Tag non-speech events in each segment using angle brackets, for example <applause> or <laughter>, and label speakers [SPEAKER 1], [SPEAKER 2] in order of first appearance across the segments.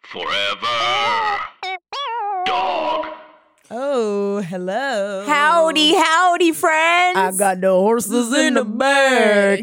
[SPEAKER 1] Forever. Dog.
[SPEAKER 2] Oh, hello.
[SPEAKER 3] Howdy, howdy, friends.
[SPEAKER 2] I got the horses in the <laughs> back.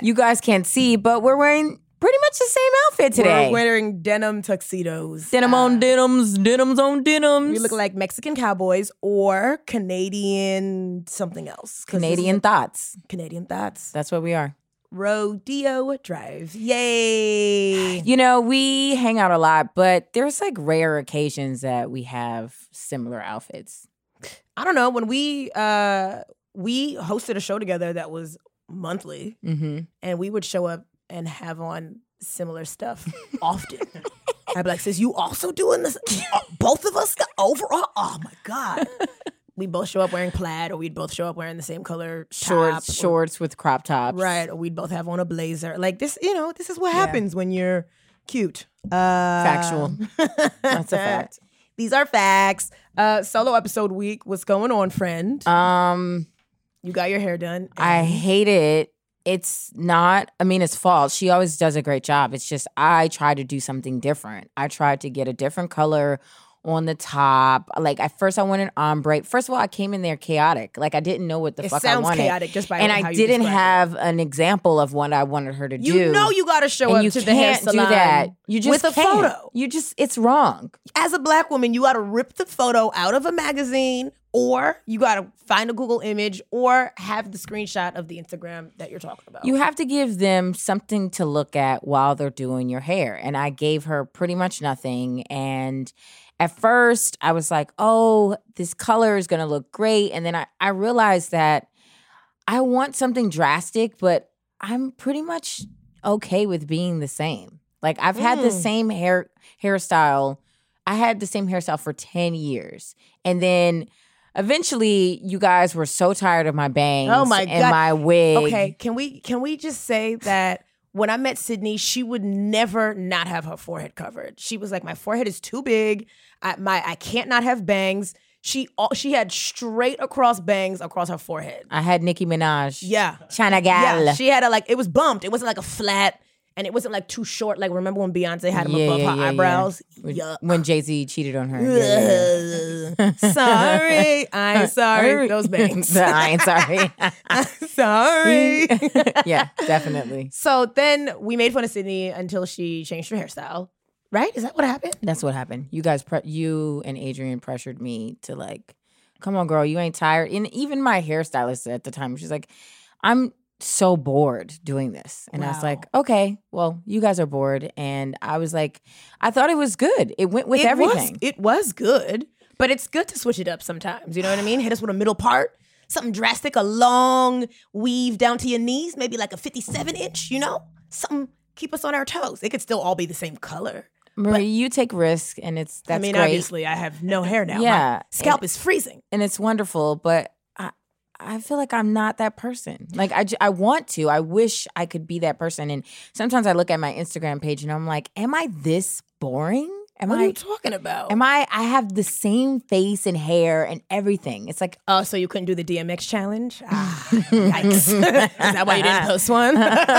[SPEAKER 3] you guys can't see, but we're wearing pretty much the same outfit today. Uh,
[SPEAKER 2] We're wearing denim tuxedos.
[SPEAKER 3] denim on denims, denims on denims.
[SPEAKER 2] We look like Mexican cowboys or Canadian something else. 'Cause this is
[SPEAKER 3] Canadian thoughts.
[SPEAKER 2] Canadian thoughts.
[SPEAKER 3] That's what we are.
[SPEAKER 2] Rodeo drive. Yay.
[SPEAKER 3] You know, we hang out a lot, but there's like rare occasions that we have similar outfits.
[SPEAKER 2] I don't know. When we uh we hosted a show together that was monthly
[SPEAKER 3] Mm-hmm.
[SPEAKER 2] and we would show up and have on similar
[SPEAKER 3] <laughs>
[SPEAKER 2] stuff often. I'd be like, sis, you also doing this? Uh, Both of us got overall? Oh my God. We both show up wearing plaid, or we'd both show up wearing the same color top,
[SPEAKER 3] Shorts,
[SPEAKER 2] or-
[SPEAKER 3] shorts with crop tops.
[SPEAKER 2] Right. Or we'd both have on a blazer. Like this, you know, this is what happens when you're cute. Uh, <laughs>
[SPEAKER 3] Factual. That's a fact.
[SPEAKER 2] These are facts. Uh, solo episode week. What's going on, friend?
[SPEAKER 3] Um,
[SPEAKER 2] you got your hair done.
[SPEAKER 3] I
[SPEAKER 2] and-
[SPEAKER 3] hate it. It's not Amina's fault. She always does a great job. It's just I tried to do something different. I tried to get a different color on the top. Like at first I wanted ombre. First of all, I came in there chaotic. Like I didn't know what the
[SPEAKER 2] it
[SPEAKER 3] fuck I
[SPEAKER 2] sounds
[SPEAKER 3] wanted.
[SPEAKER 2] chaotic just by
[SPEAKER 3] and
[SPEAKER 2] how
[SPEAKER 3] I
[SPEAKER 2] you
[SPEAKER 3] didn't
[SPEAKER 2] describe it.
[SPEAKER 3] have an example of what I wanted her to
[SPEAKER 2] You
[SPEAKER 3] do.
[SPEAKER 2] know you got to show
[SPEAKER 3] and
[SPEAKER 2] up
[SPEAKER 3] you
[SPEAKER 2] to the hair
[SPEAKER 3] can't
[SPEAKER 2] salon
[SPEAKER 3] do that. You just
[SPEAKER 2] with a
[SPEAKER 3] can't.
[SPEAKER 2] photo.
[SPEAKER 3] You just it's wrong.
[SPEAKER 2] As a black woman, you got to rip the photo out of a magazine, or you got to find a Google image, or have the screenshot of the Instagram that you're talking about.
[SPEAKER 3] You have to give them something to look at while they're doing your hair. And I gave her pretty much nothing. And at first, I was like, oh, this color is going to look great. And then I, I realized that I want something drastic, but I'm pretty much okay with being the same. Like I've had the
[SPEAKER 2] Mm.
[SPEAKER 3] same hair hairstyle. I had the same hairstyle for 10 years. And then eventually you guys were so tired of my bangs
[SPEAKER 2] Oh my
[SPEAKER 3] and
[SPEAKER 2] God.
[SPEAKER 3] my wig.
[SPEAKER 2] Okay, can we can we just say that when I met Sydney, she would never not have her forehead covered. She was like, my forehead is too big. I my I can't not have bangs. She all, she had straight across bangs across her forehead.
[SPEAKER 3] I had Nicki Minaj.
[SPEAKER 2] Yeah.
[SPEAKER 3] China gal.
[SPEAKER 2] Yeah, she had a like it was bumped. It wasn't like a flat, and it wasn't like too short. Like remember when Beyonce had them
[SPEAKER 3] Yeah,
[SPEAKER 2] above
[SPEAKER 3] yeah,
[SPEAKER 2] her
[SPEAKER 3] yeah, yeah.
[SPEAKER 2] eyebrows?
[SPEAKER 3] When-
[SPEAKER 2] Yuck.
[SPEAKER 3] When Jay Z cheated on her. <laughs> Yeah,
[SPEAKER 2] Ugh. <laughs> sorry,
[SPEAKER 3] <laughs>
[SPEAKER 2] I'm sorry. Those bangs.
[SPEAKER 3] I ain't sorry. <laughs>
[SPEAKER 2] I'm sorry.
[SPEAKER 3] yeah, definitely.
[SPEAKER 2] So then we made fun of Sydney until she changed her hairstyle. Right? Is that what happened?
[SPEAKER 3] That's what happened. You guys, pre- you and Adrian pressured me to like, come on, girl, you ain't tired. And even my hairstylist at the time, she's like, I'm so bored doing this. And I was
[SPEAKER 2] Wow.
[SPEAKER 3] like, okay, well, you guys are bored. And I was like, I thought it was good. It went with
[SPEAKER 2] it
[SPEAKER 3] everything.
[SPEAKER 2] Was, it was good, but it's good to switch it up sometimes. You know what I mean? Hit us with a middle part, something drastic, a long weave down to your knees, maybe like a 57 inch, you know? Something keep us on our toes. It could still all be the same color.
[SPEAKER 3] Marie, you take risk, and it's that's
[SPEAKER 2] I mean,
[SPEAKER 3] great.
[SPEAKER 2] obviously, I have no hair now.
[SPEAKER 3] Yeah.
[SPEAKER 2] My scalp is freezing.
[SPEAKER 3] and it's wonderful, but I I feel like I'm not that person. Like I, ju- I want to. I wish I could be that person. And sometimes I look at my Instagram page and I'm like, am I this boring? Am
[SPEAKER 2] What are
[SPEAKER 3] I
[SPEAKER 2] you talking about?
[SPEAKER 3] am I I have the same face and hair and everything. It's like <laughs>
[SPEAKER 2] Oh, so you couldn't do the DMX challenge? Ah, yikes. <laughs> Is that why you didn't post one?
[SPEAKER 3] <laughs>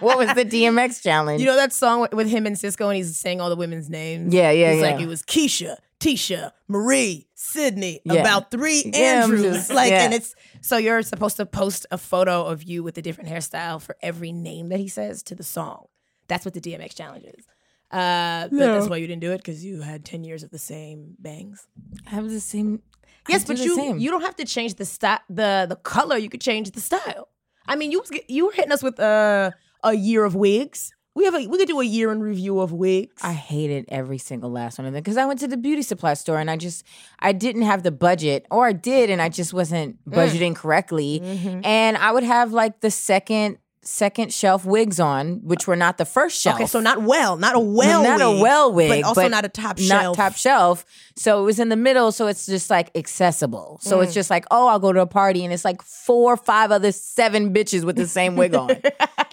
[SPEAKER 3] what was the DMX challenge?
[SPEAKER 2] You know that song with- with him and Cisco, and he's saying all the women's names.
[SPEAKER 3] Yeah, yeah,
[SPEAKER 2] It's
[SPEAKER 3] yeah.
[SPEAKER 2] like it was Keisha, Tisha, Marie, Sydney,
[SPEAKER 3] Yeah.
[SPEAKER 2] about three
[SPEAKER 3] Yeah, I'm
[SPEAKER 2] Andrews. <laughs>
[SPEAKER 3] just-
[SPEAKER 2] like,
[SPEAKER 3] yeah.
[SPEAKER 2] and it's so you're supposed to post a photo of you with a different hairstyle for every name that he says to the song. That's what the DMX challenge is. Uh, but that's why you didn't do it because you had ten years of the same bangs.
[SPEAKER 3] I have the same I
[SPEAKER 2] Yes,
[SPEAKER 3] do
[SPEAKER 2] but
[SPEAKER 3] the
[SPEAKER 2] you
[SPEAKER 3] same.
[SPEAKER 2] you don't have to change the style, the the color. You could change the style. I mean, you was get- you were hitting us with a a year of wigs. We have a we could do a year in review of wigs.
[SPEAKER 3] I hated every single last one of them because I went to the beauty supply store and I just I didn't have the budget, or
[SPEAKER 2] Mm. Mm-hmm.
[SPEAKER 3] I did and I just wasn't budgeting correctly. And I would have like the second second shelf wigs on, which were not the first shelf.
[SPEAKER 2] Okay, so not well, not a well,
[SPEAKER 3] not
[SPEAKER 2] wig,
[SPEAKER 3] a well wig,
[SPEAKER 2] but also not a top shelf.
[SPEAKER 3] top shelf. So it was in the middle, so it's just like accessible. So
[SPEAKER 2] Mm.
[SPEAKER 3] it's just like, oh, I'll go to a party, and it's like four, five other seven bitches with the same
[SPEAKER 2] <laughs>
[SPEAKER 3] wig on,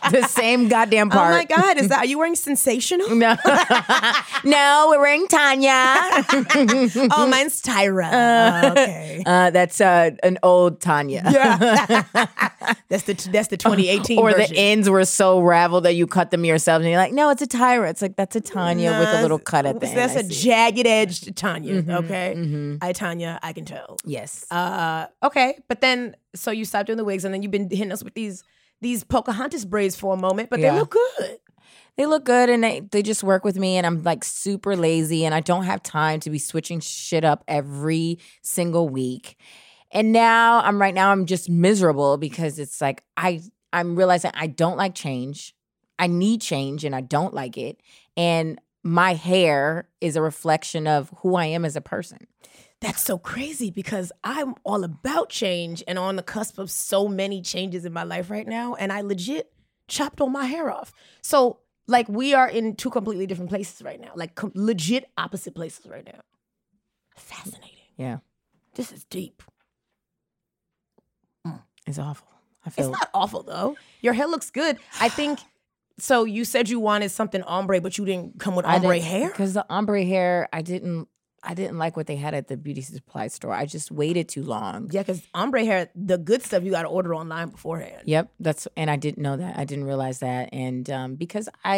[SPEAKER 3] the same goddamn
[SPEAKER 2] Oh
[SPEAKER 3] part.
[SPEAKER 2] my God,
[SPEAKER 3] <laughs>
[SPEAKER 2] is that are you wearing sensational?
[SPEAKER 3] No, no, we're
[SPEAKER 2] <laughs>
[SPEAKER 3] wearing Tanya.
[SPEAKER 2] oh, mine's Tyra. Oh,
[SPEAKER 3] <laughs>
[SPEAKER 2] okay,
[SPEAKER 3] Uh, that's uh, an old Tanya. <laughs>
[SPEAKER 2] that's the that's the 2018
[SPEAKER 3] Or
[SPEAKER 2] version.
[SPEAKER 3] the ends were so raveled that you cut them yourself, and you're like, no, it's a Tyra. It's like that's a Tanya with a
[SPEAKER 2] Nah,
[SPEAKER 3] little cut at the end.
[SPEAKER 2] That's
[SPEAKER 3] I
[SPEAKER 2] a
[SPEAKER 3] see. Mm-hmm,
[SPEAKER 2] jagged edged Tanya. okay, I Tanya, I can tell.
[SPEAKER 3] yes.
[SPEAKER 2] Uh, okay, but then so you stopped doing the wigs, and then you've been hitting us with these these Pocahontas braids for a moment, but
[SPEAKER 3] Yeah.
[SPEAKER 2] they look good.
[SPEAKER 3] they look good and they, they just work with me and i'm like super lazy and i don't have time to be switching shit up every single week and now i'm right now i'm just miserable because it's like i i'm realizing i don't like change i need change and i don't like it and my hair is a reflection of who i am as a person
[SPEAKER 2] That's so crazy because I'm all about change and on the cusp of so many changes in my life right now, and I legit chopped all my hair off. So like we are in two completely different places right now, like com- legit opposite places right now. Fascinating.
[SPEAKER 3] yeah
[SPEAKER 2] This is deep.
[SPEAKER 3] it's awful i feel
[SPEAKER 2] It's not awful though. Your hair looks good. I
[SPEAKER 3] <sighs>
[SPEAKER 2] think. So you said you wanted something ombre, but you didn't come with ombre hair.
[SPEAKER 3] because the ombre hair i didn't i didn't like what they had at the beauty supply store i just waited too long
[SPEAKER 2] Yeah, because ombre hair, the good stuff you got to order online beforehand.
[SPEAKER 3] Yep, that's and I didn't know that. I didn't realize that, and um, because I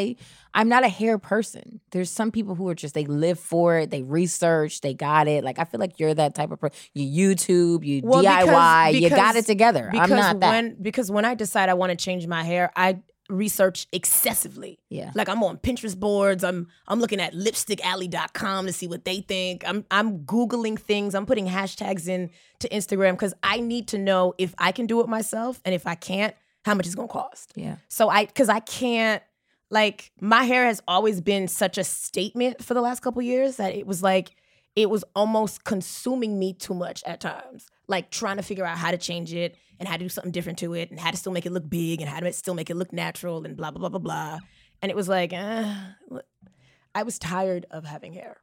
[SPEAKER 3] I'm not a hair person. There's some people who are just they live for it. They research. They got it. Like I feel like you're that type of person. You YouTube. You
[SPEAKER 2] Well, because-
[SPEAKER 3] DIY. you got
[SPEAKER 2] because-
[SPEAKER 3] it together. I'm not that.
[SPEAKER 2] when because when I decide I want to change my hair, I research excessively.
[SPEAKER 3] yeah.
[SPEAKER 2] Like I'm on Pinterest boards. I'm I'm looking at lipstickalley.com to see what they think. I'm I'm googling things. I'm putting hashtags in to Instagram cuz I need to know if I can do it myself and if I can't, how much it's going to cost.
[SPEAKER 3] Yeah.
[SPEAKER 2] So I cuz I can't like my hair has always been such a statement for the last couple years that it was like it was almost consuming me too much at times. Like trying to figure out how to change it and how to do something different to it and how to still make it look big and how to still make it look natural and blah blah blah blah blah. And it was like eh, I was tired of having hair.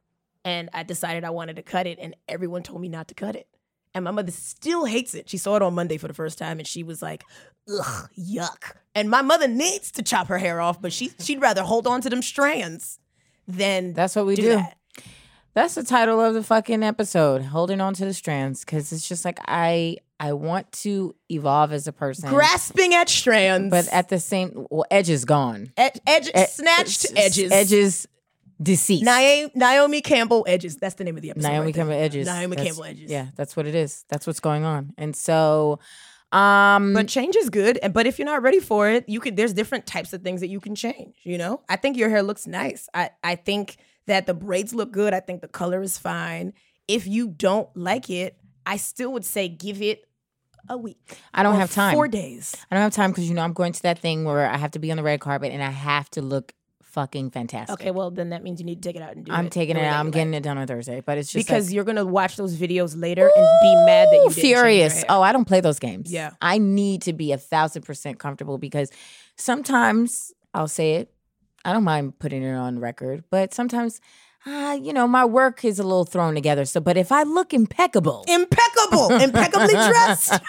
[SPEAKER 2] And I decided I wanted to cut it and everyone told me not to cut it. And my mother still hates it. She saw it on Monday for the first time and she was like, ugh, yuck. And my mother needs to chop her hair off, but she she'd rather hold on to them strands than
[SPEAKER 3] That's what we
[SPEAKER 2] do
[SPEAKER 3] do.
[SPEAKER 2] that.
[SPEAKER 3] That's the title of the fucking episode. Holding on to the strands because it's just like I I want to evolve as a person.
[SPEAKER 2] grasping at strands.
[SPEAKER 3] but at the same, well, edge is gone.
[SPEAKER 2] Ed- edge,
[SPEAKER 3] Ed-
[SPEAKER 2] snatched edges.
[SPEAKER 3] Edges deceased.
[SPEAKER 2] Naomi, Naomi Campbell edges. That's the name of the episode.
[SPEAKER 3] Naomi
[SPEAKER 2] right there.
[SPEAKER 3] Campbell Edges.
[SPEAKER 2] Naomi
[SPEAKER 3] That's-
[SPEAKER 2] Campbell Edges.
[SPEAKER 3] Yeah, that's what it is. That's what's going on. And so, um,
[SPEAKER 2] But change is good, and but if you're not ready for it, you could. There's different types of things that you can change. You know, I think your hair looks nice. I I think that the braids look good. I think the color is fine. If you don't like it, I still would say give it a week.
[SPEAKER 3] I don't
[SPEAKER 2] or
[SPEAKER 3] have time.
[SPEAKER 2] Four days.
[SPEAKER 3] I don't have time because you know I'm going to that thing where I have to be on the red carpet and I have to look fucking fantastic.
[SPEAKER 2] Okay, well then that means you need to take it out and do it.
[SPEAKER 3] I'm taking
[SPEAKER 2] the
[SPEAKER 3] it
[SPEAKER 2] way that
[SPEAKER 3] out. I'm
[SPEAKER 2] you
[SPEAKER 3] getting it done on Thursday, but it's just
[SPEAKER 2] because
[SPEAKER 3] like,
[SPEAKER 2] you're gonna watch those videos later and be mad that you
[SPEAKER 3] Ooh,
[SPEAKER 2] didn't change your
[SPEAKER 3] furious.
[SPEAKER 2] hair.
[SPEAKER 3] Oh, I don't play those games.
[SPEAKER 2] Yeah.
[SPEAKER 3] I need to be a thousand percent comfortable because sometimes I'll say it. I don't mind putting it on record, but sometimes, uh, you know, my work is a little thrown together. So, but if I look impeccable,
[SPEAKER 2] <laughs> impeccable, impeccably dressed.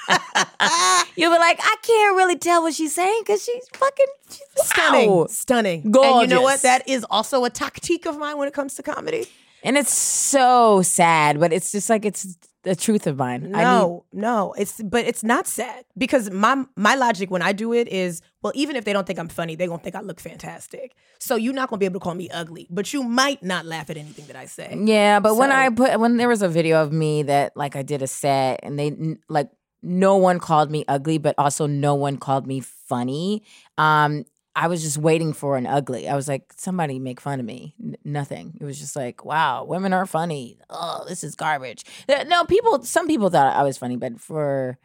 [SPEAKER 3] You'll be like, I can't really tell what she's saying because she's fucking she's
[SPEAKER 2] Stunning.
[SPEAKER 3] wow.
[SPEAKER 2] <laughs> Stunning. And you know
[SPEAKER 3] Gorgeous.
[SPEAKER 2] what? That is also a tactique of mine when it comes to comedy.
[SPEAKER 3] And it's so sad, but it's just like it's the truth of mine. I need,
[SPEAKER 2] No, no. It's but it's not sad because my my logic when I do it is, well, even if they don't think I'm funny, they're gonna think I look fantastic. So you're not gonna be able to call me ugly, but you might not laugh at anything that I say.
[SPEAKER 3] yeah, but when
[SPEAKER 2] So-
[SPEAKER 3] I put when there was a video of me that like I did a set and they n- like no one called me ugly, but also no one called me funny. Um, I was just waiting for an ugly. I was like, somebody make fun of me. N- nothing. It was just like, wow, women are funny. Oh, this is garbage. Th- No, people. Some people thought I was funny, but for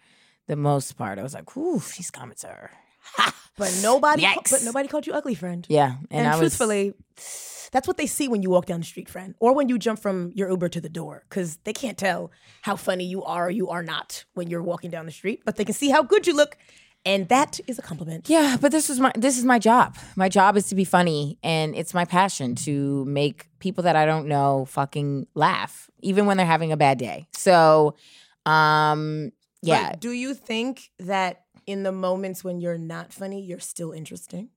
[SPEAKER 3] the most part, I was like, ooh, these comments are.
[SPEAKER 2] But nobody ca-
[SPEAKER 3] Yikes.
[SPEAKER 2] but nobody called you ugly, friend.
[SPEAKER 3] Yeah, and,
[SPEAKER 2] And,
[SPEAKER 3] I was
[SPEAKER 2] truthfully, that's what they see when you walk down the street, friend, or when you jump from your Uber to the door, because they can't tell how funny you are or you are not when you're walking down the street, but they can see how good you look And that is a compliment.
[SPEAKER 3] Yeah, but this was my this is my job. My job is to be funny and it's my passion to make people that I don't know fucking laugh even when they're having a bad day. So um
[SPEAKER 2] But
[SPEAKER 3] yeah,
[SPEAKER 2] do you think that in the moments when you're not funny, you're still interesting?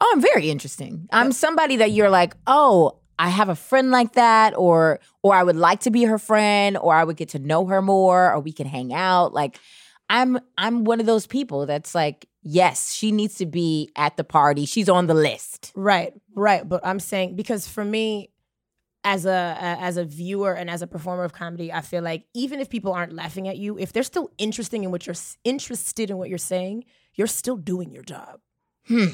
[SPEAKER 3] Oh, I'm very interesting. I'm somebody that you're like, oh, I have a friend like that, or or I would like to be her friend, or I would get to know her more, or we can hang out. Like, I'm I'm one of those people that's like, yes, she needs to be at the party. She's on the list.
[SPEAKER 2] Right, right. But I'm saying because for me, as a a- as a viewer and as a performer of comedy, I feel like even if people aren't laughing at you, if they're still interesting in what you're s- interested in what you're saying, you're still doing your job.
[SPEAKER 3] Hmm.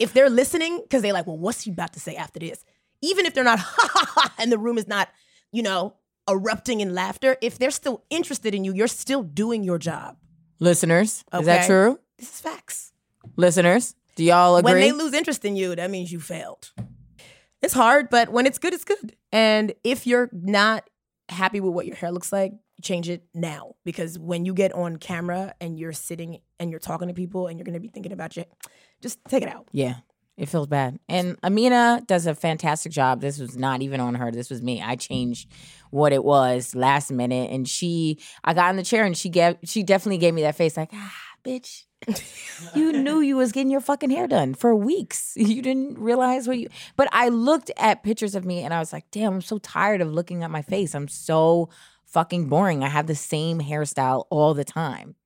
[SPEAKER 2] If they're listening, because they're like, well, what's he about to say after this? Even if they're not, <laughs> and the room is not, you know, erupting in laughter, if they're still interested in you, you're still doing your job.
[SPEAKER 3] Listeners, is that
[SPEAKER 2] Okay.
[SPEAKER 3] true?
[SPEAKER 2] This is facts.
[SPEAKER 3] Listeners, do y'all agree?
[SPEAKER 2] When they lose interest in you, that means you failed. It's hard, but when it's good, it's good. And if you're not happy with what your hair looks like, change it now because when you get on camera and you're sitting and you're talking to people and you're going to be thinking about your just take it out.
[SPEAKER 3] Yeah. It feels bad. And Amina does a fantastic job. This was not even on her. This was me. I changed what it was last minute. And she I got in the chair and she gave she definitely gave me that face like, ah,
[SPEAKER 4] <laughs>
[SPEAKER 3] bitch. you knew you was getting your fucking hair done for weeks. <laughs> You didn't realize what you but I looked at pictures of me and I was like, damn, I'm so tired of looking at my face. I'm so fucking boring. I have the same hairstyle all the time.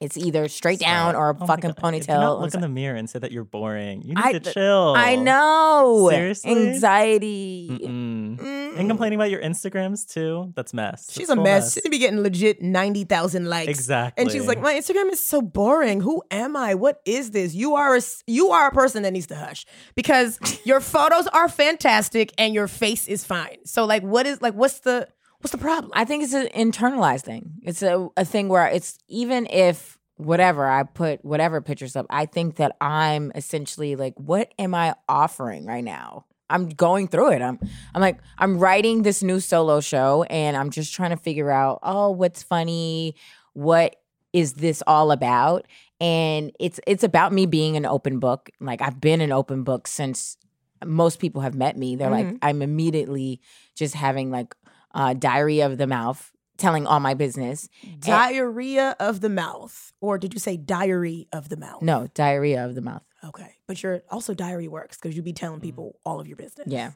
[SPEAKER 3] It's either straight down or a
[SPEAKER 4] Oh my
[SPEAKER 3] fucking
[SPEAKER 4] God.
[SPEAKER 3] ponytail.
[SPEAKER 4] Do Not
[SPEAKER 3] I'm
[SPEAKER 4] look
[SPEAKER 3] so-
[SPEAKER 4] in the mirror and say that you're boring. You need
[SPEAKER 3] I-
[SPEAKER 4] to chill.
[SPEAKER 3] I know.
[SPEAKER 4] Oh. Seriously?
[SPEAKER 3] Anxiety.
[SPEAKER 4] Mm-mm.
[SPEAKER 3] Mm.
[SPEAKER 4] And complaining about your Instagrams too. That's mess.
[SPEAKER 2] She's
[SPEAKER 4] That's
[SPEAKER 2] a
[SPEAKER 4] full
[SPEAKER 2] mess. She's be getting legit 90,000 likes.
[SPEAKER 4] Exactly.
[SPEAKER 2] And she's like, "My Instagram is so boring. Who am I? What is this? You are a s- you are a person that needs to hush because
[SPEAKER 3] <laughs>
[SPEAKER 2] your photos are fantastic and your face is fine. So like, what is like, what's the what's the problem?
[SPEAKER 3] I think it's an internalized thing. It's a, a thing where it's even if whatever I put whatever pictures up, I think that I'm essentially like, what am I offering right now? I'm going through it. I'm I'm like I'm writing this new solo show and I'm just trying to figure out, oh, what's funny? What is this all about? And it's it's about me being an open book. Like I've been an open book since most people have met me. They're like
[SPEAKER 2] Mhm.
[SPEAKER 3] I'm immediately just having like uh, diary of the mouth, telling all my business.
[SPEAKER 2] diarrhea of the mouth, or did you say diary of the mouth?
[SPEAKER 3] No, diarrhea of the mouth.
[SPEAKER 2] Okay, but your also diary works because you be telling people all of your business.
[SPEAKER 3] Mm. Yeah.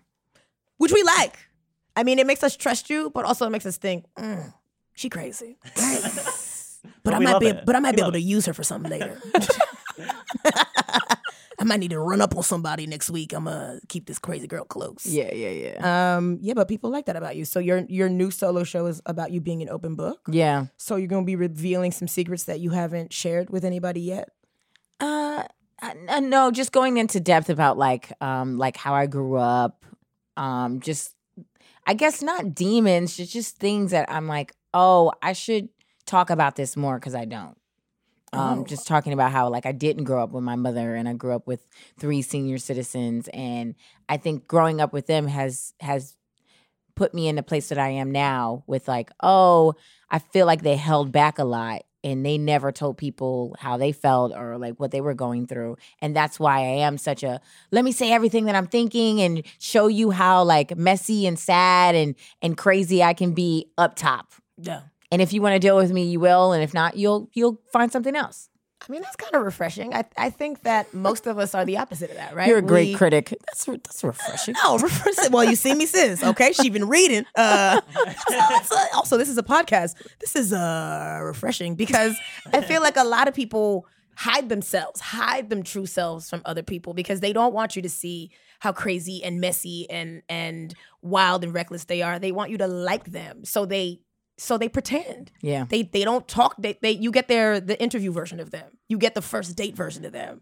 [SPEAKER 2] which we like. I mean, it makes us trust you, but also it makes us think, mm, she
[SPEAKER 4] <laughs>
[SPEAKER 2] crazy. But, I
[SPEAKER 4] we
[SPEAKER 2] might
[SPEAKER 4] love
[SPEAKER 2] be,
[SPEAKER 4] it.
[SPEAKER 2] but I might
[SPEAKER 4] We
[SPEAKER 2] be able
[SPEAKER 4] love
[SPEAKER 2] to use her for something
[SPEAKER 4] <laughs>
[SPEAKER 2] later. <laughs> I might need to run up on somebody next week. I'm gonna keep this crazy girl close.
[SPEAKER 3] Yeah, yeah, yeah.
[SPEAKER 2] Um. Yeah, but people like that about you. So your your new solo show is about you being an open book.
[SPEAKER 3] Yeah.
[SPEAKER 2] So you're gonna be revealing some secrets that you haven't shared with anybody yet.
[SPEAKER 3] Uh, uh, n- no, just going into depth about like, um, like how I grew up, um, just I guess not demons, just just things that I'm like, oh, I should talk about this more because I don't. Um,
[SPEAKER 2] Oh.
[SPEAKER 3] just talking about how like I didn't grow up with my mother and I grew up with three senior citizens and I think growing up with them has has put me in the place that I am now with like, oh, I feel like they held back a lot and they never told people how they felt or like what they were going through. And that's why I am such a let me say everything that I'm thinking and show you how like messy and sad and and crazy I can be up top.
[SPEAKER 2] Yeah.
[SPEAKER 3] And if you want to deal with me, you will, and if not, you'll you'll find something else.
[SPEAKER 2] I mean, that's kind of refreshing. I I think that most of us are the opposite of that, right?
[SPEAKER 3] You're a great
[SPEAKER 2] We-
[SPEAKER 3] critic. That's re- that's refreshing.
[SPEAKER 2] <laughs> Oh, reverse it. Well, you see me, sis. Okay, she been reading. Uh, <laughs> it's, uh, also, this is a podcast. This is uh, refreshing because I feel like a lot of people hide themselves, hide them true selves from other people because they don't want you to see how crazy and messy and and wild and reckless they are. They want you to like them, so they so they pretend.
[SPEAKER 3] <laughs> Yeah.
[SPEAKER 2] They they don't talk. They, they you get their the interview version of them. You get the first date version of them.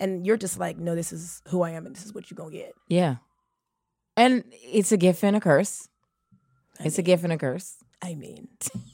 [SPEAKER 2] And you're just like, no, this is who I am, and this is what you're gonna get.
[SPEAKER 3] Yeah. And it's a gift and a curse.
[SPEAKER 2] I
[SPEAKER 3] It's a gift and a curse.
[SPEAKER 2] I mean,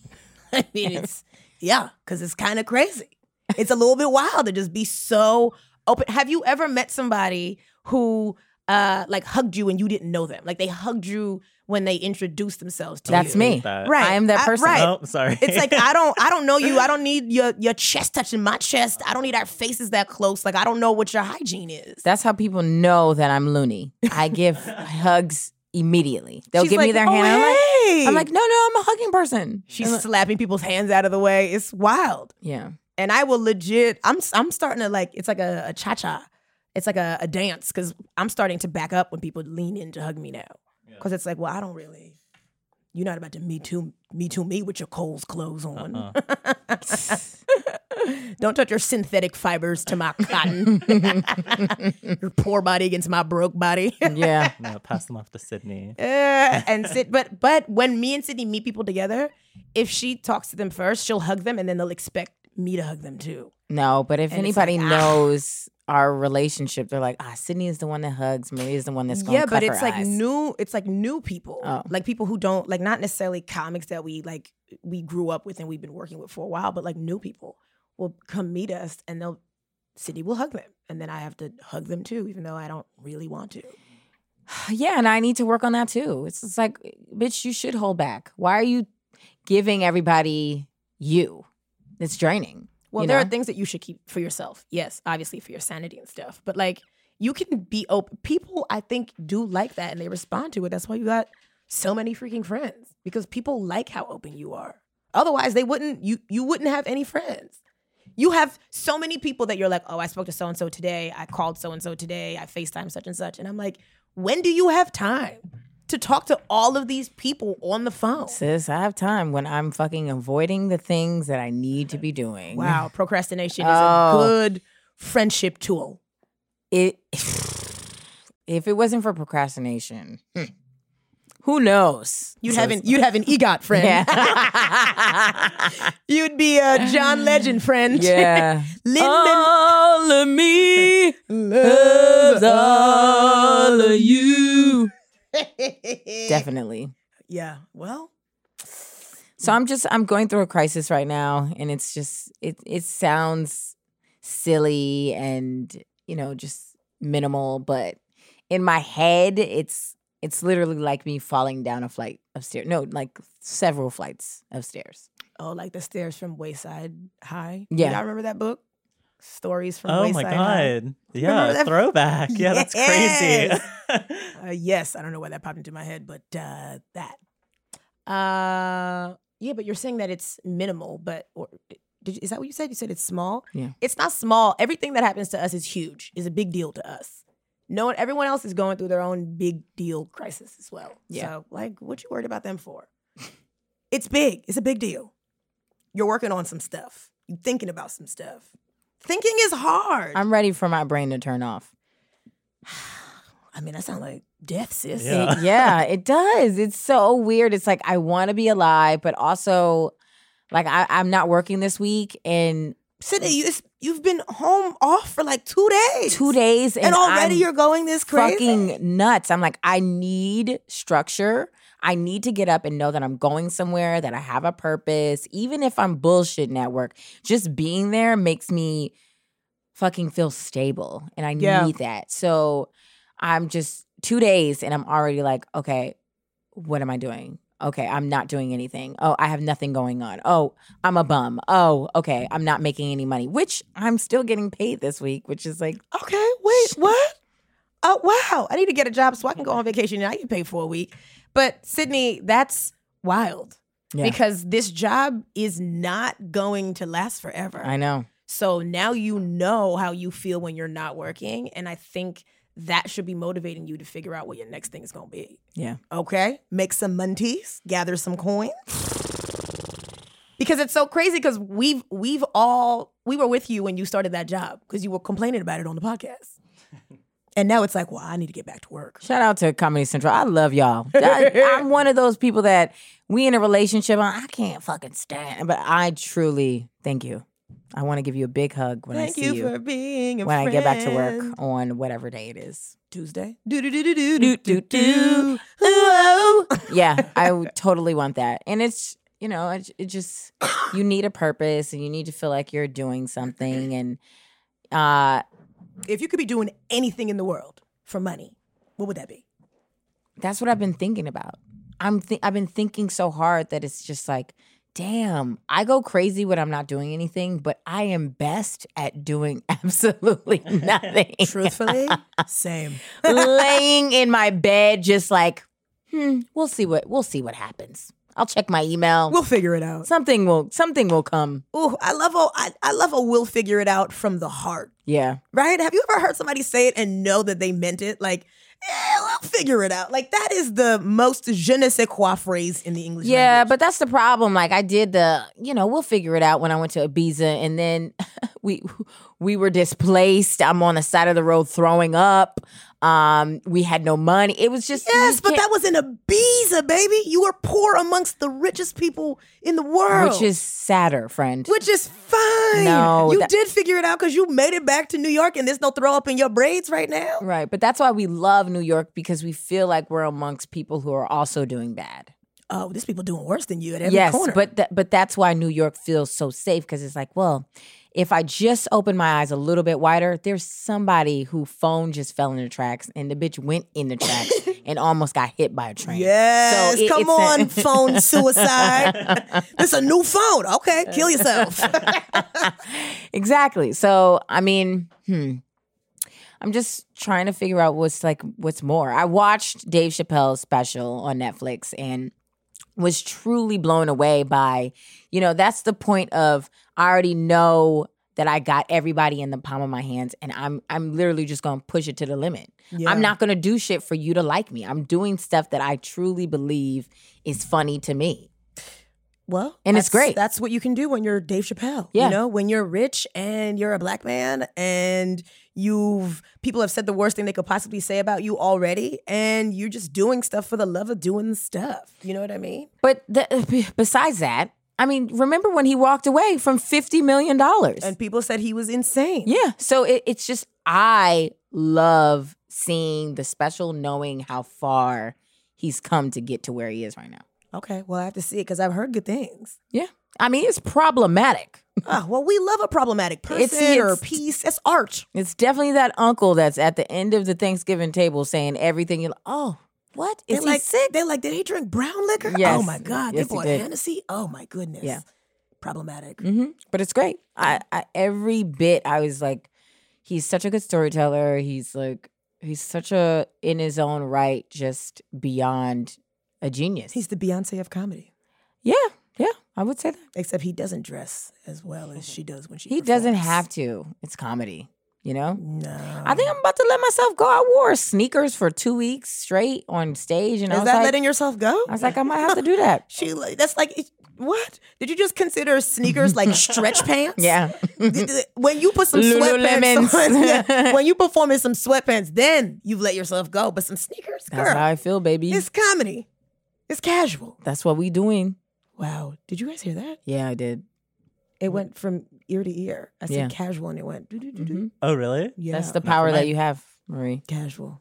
[SPEAKER 2] <laughs> I mean, it's yeah, because it's kind of crazy. It's a little bit wild to just be so open. Have you ever met somebody who uh, like hugged you and you didn't know them. Like they hugged you when they introduced themselves to
[SPEAKER 3] That's
[SPEAKER 2] you.
[SPEAKER 3] me.
[SPEAKER 4] That.
[SPEAKER 2] Right.
[SPEAKER 3] I am that
[SPEAKER 2] I-
[SPEAKER 3] person.
[SPEAKER 2] right.
[SPEAKER 4] <laughs> Oh, sorry.
[SPEAKER 2] It's like I don't I don't know you. I don't need your your chest touching my chest. I don't need our faces that close. Like I don't know what your hygiene is.
[SPEAKER 3] That's how people know that I'm loony.
[SPEAKER 2] <laughs>
[SPEAKER 3] I give hugs immediately. They'll
[SPEAKER 2] She's
[SPEAKER 3] give me
[SPEAKER 2] like,
[SPEAKER 3] their
[SPEAKER 2] "Oh,
[SPEAKER 3] hand. I'm like-
[SPEAKER 2] hey."
[SPEAKER 3] I'm, like, "Uh-huh." no, no, I'm a hugging person.
[SPEAKER 2] she's
[SPEAKER 3] I'm like-
[SPEAKER 2] slapping people's hands out of the way. It's wild.
[SPEAKER 3] yeah.
[SPEAKER 2] And I will legit I'm I'm starting to like it's like a, a cha-cha. It's like a, a dance cuz I'm starting to back up when people lean in to hug me now. Cuz it's like, well, I don't really you're not about to me too me too me with your Coles clothes on. <laughs> Don't touch your synthetic fibers to my cotton. your poor body against my broke body. <laughs>
[SPEAKER 3] Yeah.
[SPEAKER 4] <laughs> no, pass them off to Sydney.
[SPEAKER 2] Uh, and Sid, but but when me and Sydney meet people together, if she talks to them first, she'll hug them, and then they'll expect me to hug them too.
[SPEAKER 3] No, but if
[SPEAKER 2] And it's
[SPEAKER 3] anybody
[SPEAKER 2] like, ah.
[SPEAKER 3] knows our relationship, they're like, ah, Sydney is the one that hugs. Marie is the one that's going to
[SPEAKER 2] yeah, but it's like
[SPEAKER 3] eyes.
[SPEAKER 2] new. It's like new people,
[SPEAKER 3] Oh.
[SPEAKER 2] like people who don't like not necessarily comics that we like we grew up with and we've been working with for a while, but like new people will come meet us, and they'll Sydney will hug them, and then I have to hug them too, even though I don't really want to.
[SPEAKER 3] <sighs> Yeah, and I need to work on that too. It's just like, bitch, you should hold back. Why are you giving everybody you? It's draining.
[SPEAKER 2] Well,
[SPEAKER 3] you
[SPEAKER 2] there are
[SPEAKER 3] know?
[SPEAKER 2] things that you should keep for yourself. Yes, obviously for your sanity and stuff. But like you can be open. People, I think, do like that and they respond to it. That's why you got so many freaking friends because people like how open you are. Otherwise, they wouldn't. You you wouldn't have any friends. You have so many people that you're like, oh, I spoke to so and so today. I called so and so today. I Facetime such and such. And I'm like, when do you have time to talk to all of these people on the phone?
[SPEAKER 3] Sis, I have time when I'm fucking avoiding the things that I need to be doing.
[SPEAKER 2] Wow, procrastination
[SPEAKER 3] Oh.
[SPEAKER 2] is a good friendship tool.
[SPEAKER 3] It if it wasn't for procrastination, hmm, who knows?
[SPEAKER 2] You'd have an you'd have an
[SPEAKER 3] <laughs>
[SPEAKER 2] EGOT friend.
[SPEAKER 3] Yeah.
[SPEAKER 2] <laughs> you'd be a John Legend friend. <laughs>
[SPEAKER 3] yeah. Uh-huh.
[SPEAKER 2] Lin-Manuel-
[SPEAKER 3] all of me
[SPEAKER 2] Loves all of
[SPEAKER 3] you. <laughs>
[SPEAKER 2] <laughs>
[SPEAKER 3] Definitely.
[SPEAKER 2] Yeah. Well,
[SPEAKER 3] So I'm just I'm going through a crisis right now, and it's just it it sounds silly and you know just minimal, but in my head it's it's literally like me falling down a flight of stairs. No, like several flights of stairs.
[SPEAKER 2] oh, like the stairs from Wayside High.
[SPEAKER 3] Yeah.
[SPEAKER 2] Y'all remember that book? Stories from
[SPEAKER 4] Oh my
[SPEAKER 2] Wayside High.
[SPEAKER 4] god.
[SPEAKER 2] <laughs> Remember
[SPEAKER 4] Yeah,
[SPEAKER 2] that-
[SPEAKER 4] throwback. Yeah,
[SPEAKER 2] Yes.
[SPEAKER 4] that's crazy.
[SPEAKER 2] Uh, yes, I don't know why that popped into my head, but uh, that. Uh, yeah, but you're saying that it's minimal, but or did you, is that what you said? You said it's small.
[SPEAKER 3] Yeah.
[SPEAKER 2] it's not small. Everything that happens to us is huge. Is a big deal to us. No one, everyone else is going through their own big deal crisis as well.
[SPEAKER 3] Yeah.
[SPEAKER 2] So, like, what you worried about them for? It's big. It's a big deal. You're working on some stuff. You're thinking about some stuff. Thinking is hard.
[SPEAKER 3] I'm ready for my brain to turn off.
[SPEAKER 2] I mean, that sounds like death, sis.
[SPEAKER 4] Yeah.
[SPEAKER 3] It- yeah, it does. It's so weird. It's like I want to be alive, but also like I, I'm not working this week and
[SPEAKER 2] Sydney, you, it's- you've been home off for like two days.
[SPEAKER 3] two days and,
[SPEAKER 2] And, already
[SPEAKER 3] I'm
[SPEAKER 2] you're going this crazy.
[SPEAKER 3] fucking nuts. I'm like, I need structure. I need to get up and know that I'm going somewhere, that I have a purpose. Even if I'm bullshitting at work, just being there makes me fucking feel stable. And I
[SPEAKER 2] Yeah.
[SPEAKER 3] need that. So I'm just two days and I'm already like, okay, what am I doing? Okay, I'm not doing anything. Oh, I have nothing going on. Oh, I'm a bum. Oh, okay, I'm not making any money, which I'm still getting paid this week, which is like,
[SPEAKER 2] Okay, wait, what? Oh wow, I need to get a job so I can go on vacation and I get paid for a week. But Sydney, that's wild
[SPEAKER 3] Yeah.
[SPEAKER 2] because this job is not going to last forever.
[SPEAKER 3] I know.
[SPEAKER 2] So now you know how you feel when you're not working, and I think that should be motivating you to figure out what your next thing is going to be.
[SPEAKER 3] Yeah.
[SPEAKER 2] Okay, make some munties, gather some coins. Because it's so crazy because we've we've all we were with you when you started that job because you were complaining about it on the <laughs> podcast. And now it's like, well, I need to get back to work.
[SPEAKER 3] Shout out to Comedy Central. I love y'all.
[SPEAKER 2] <laughs>
[SPEAKER 3] I, am one of those people that we in a relationship. I can't fucking stand, but I truly thank you. I want to give you a big hug when I
[SPEAKER 2] Thank
[SPEAKER 3] see
[SPEAKER 2] you,
[SPEAKER 3] you,
[SPEAKER 2] for being a
[SPEAKER 3] when I get back to
[SPEAKER 2] friend.
[SPEAKER 3] work on whatever day it is.
[SPEAKER 2] Tuesday. Do do do do do
[SPEAKER 3] Do,
[SPEAKER 2] do do
[SPEAKER 3] do, do.
[SPEAKER 2] do. Ooh, oh.
[SPEAKER 3] Yeah,
[SPEAKER 2] <laughs>
[SPEAKER 3] I would totally want that. And it's you know, it, it just you need a purpose and you need to feel like you're doing something. And uh,
[SPEAKER 2] If you could be doing anything in the world for money, what would that <laughs> be?
[SPEAKER 3] That's what I've been thinking about. I'm th- I've been thinking so hard that it's just like, damn, I go crazy when I'm not doing anything, but I am best at doing <laughs> absolutely nothing.
[SPEAKER 2] Truthfully, same.
[SPEAKER 3] Laying in my bed, just like, hmm, we'll see what we'll see what happens. I'll check my email.
[SPEAKER 2] We'll figure it out.
[SPEAKER 3] something will something will come.
[SPEAKER 2] Ooh, I love a I, I love a we'll figure it out from the heart.
[SPEAKER 3] Yeah.
[SPEAKER 2] Right? Have you ever heard somebody say it and know that they meant it? Like, eh, we'll figure it out. Like that is the most je ne sais quoi phrase in the English.
[SPEAKER 3] Yeah,
[SPEAKER 2] language.
[SPEAKER 3] but that's the problem. Like I did the, you know, we'll figure it out when I went to Ibiza, and then <laughs> we we were displaced. I'm on the side of the road throwing up. Um, we had no money. It was just
[SPEAKER 2] yes,
[SPEAKER 3] you
[SPEAKER 2] but
[SPEAKER 3] can't-
[SPEAKER 2] that was in Ibiza, baby. You were poor amongst the richest people in the world,
[SPEAKER 3] which is sadder, friend.
[SPEAKER 2] which is fine.
[SPEAKER 3] No,
[SPEAKER 2] you
[SPEAKER 3] that-
[SPEAKER 2] did figure it out because you made it back to New York, and there's no throw up in your braids right now.
[SPEAKER 3] Right, but that's why we love New York because we feel like we're amongst people who are also doing bad.
[SPEAKER 2] Oh, these people doing worse than you at every
[SPEAKER 3] yes,
[SPEAKER 2] corner.
[SPEAKER 3] but th- but that's why New York feels so safe because it's like, well, if I just open my eyes a little bit wider, there's somebody who phone just fell in the tracks and the bitch went in the tracks
[SPEAKER 2] <laughs>
[SPEAKER 3] and almost got hit by a train.
[SPEAKER 2] Yes,
[SPEAKER 3] So it-
[SPEAKER 2] come
[SPEAKER 3] it's
[SPEAKER 2] on,
[SPEAKER 3] a-
[SPEAKER 2] phone
[SPEAKER 3] <laughs>
[SPEAKER 2] suicide. this a new phone. Okay, kill
[SPEAKER 3] <laughs>
[SPEAKER 2] yourself. <laughs>
[SPEAKER 3] exactly. So I mean, hmm. I'm just trying to figure out what's like what's more. I watched Dave Chappelle's special on Netflix and was truly blown away by, you know, that's the point of I already know that I got everybody in the palm of my hands and I'm I'm literally just going to push it to the limit. I'm not going to do shit for you to like me. I'm doing stuff that I truly believe is funny to me.
[SPEAKER 2] Well,
[SPEAKER 3] And it's
[SPEAKER 2] that's-
[SPEAKER 3] great.
[SPEAKER 2] That's what you can do when you're Dave Chappelle.
[SPEAKER 3] Yeah.
[SPEAKER 2] You know, when you're rich and you're a black man and you've people have said the worst thing they could possibly say about you already, and you're just doing stuff for the love of doing stuff. You know what I mean?
[SPEAKER 3] But the, besides that, I mean, remember when he walked away from fifty million dollars?
[SPEAKER 2] And people said he was insane.
[SPEAKER 3] Yeah. So it, it's just I love seeing the special, knowing how far he's come to get to where he is right now.
[SPEAKER 2] Okay, well I have to see it because I've heard good things. <laughs>
[SPEAKER 3] Yeah. I mean, it's problematic.
[SPEAKER 2] Ah, well, we love a problematic person
[SPEAKER 3] It's-
[SPEAKER 2] or
[SPEAKER 3] it's-
[SPEAKER 2] piece. It's art.
[SPEAKER 3] It's definitely that uncle that's at the end of the Thanksgiving table saying everything. You're like, oh, what is
[SPEAKER 2] They're
[SPEAKER 3] he
[SPEAKER 2] like,
[SPEAKER 3] sick?
[SPEAKER 2] They're like, did he drink brown liquor? Oh
[SPEAKER 3] Yes.
[SPEAKER 2] my God.
[SPEAKER 3] Yes,
[SPEAKER 2] they
[SPEAKER 3] he
[SPEAKER 2] bought
[SPEAKER 3] did.
[SPEAKER 2] Hennessy? Oh my goodness.
[SPEAKER 3] Yeah.
[SPEAKER 2] Problematic.
[SPEAKER 3] hmm But it's great. I, I every bit I was like, he's such a good storyteller. He's like, he's such a in his own right, just beyond a genius.
[SPEAKER 2] He's the Beyonce of comedy.
[SPEAKER 3] yeah, yeah, I would say that.
[SPEAKER 2] Except he doesn't dress as well as she does when she
[SPEAKER 3] He doesn't
[SPEAKER 2] performs.
[SPEAKER 3] have to. It's comedy, you know?
[SPEAKER 2] No.
[SPEAKER 3] I think I'm about to let myself go. I wore sneakers for two weeks straight on stage. And I
[SPEAKER 2] Is
[SPEAKER 3] was
[SPEAKER 2] that
[SPEAKER 3] like,
[SPEAKER 2] letting yourself go?
[SPEAKER 3] I was like, I might have to do that.
[SPEAKER 2] <laughs> she like that's like it- what? Did you just consider sneakers <laughs> like stretch pants?
[SPEAKER 3] Yeah.
[SPEAKER 2] Th- th- when you put some
[SPEAKER 3] Lululemons.
[SPEAKER 2] sweatpants on, <laughs> yeah. when you perform in some sweatpants, then you've let yourself go. But some sneakers,
[SPEAKER 3] That's how
[SPEAKER 2] girl,
[SPEAKER 3] I feel, baby.
[SPEAKER 2] it's comedy. It's casual.
[SPEAKER 3] That's what we doing.
[SPEAKER 2] Wow. Did you guys hear that?
[SPEAKER 3] Yeah, I did.
[SPEAKER 2] It went from ear to ear. I said
[SPEAKER 3] Yeah.
[SPEAKER 2] casual, and it went. doo doo doo doo.
[SPEAKER 3] Mhm.
[SPEAKER 4] <laughs> Oh, really?
[SPEAKER 2] Yeah,
[SPEAKER 3] That's the power that you have, Marie.
[SPEAKER 2] casual.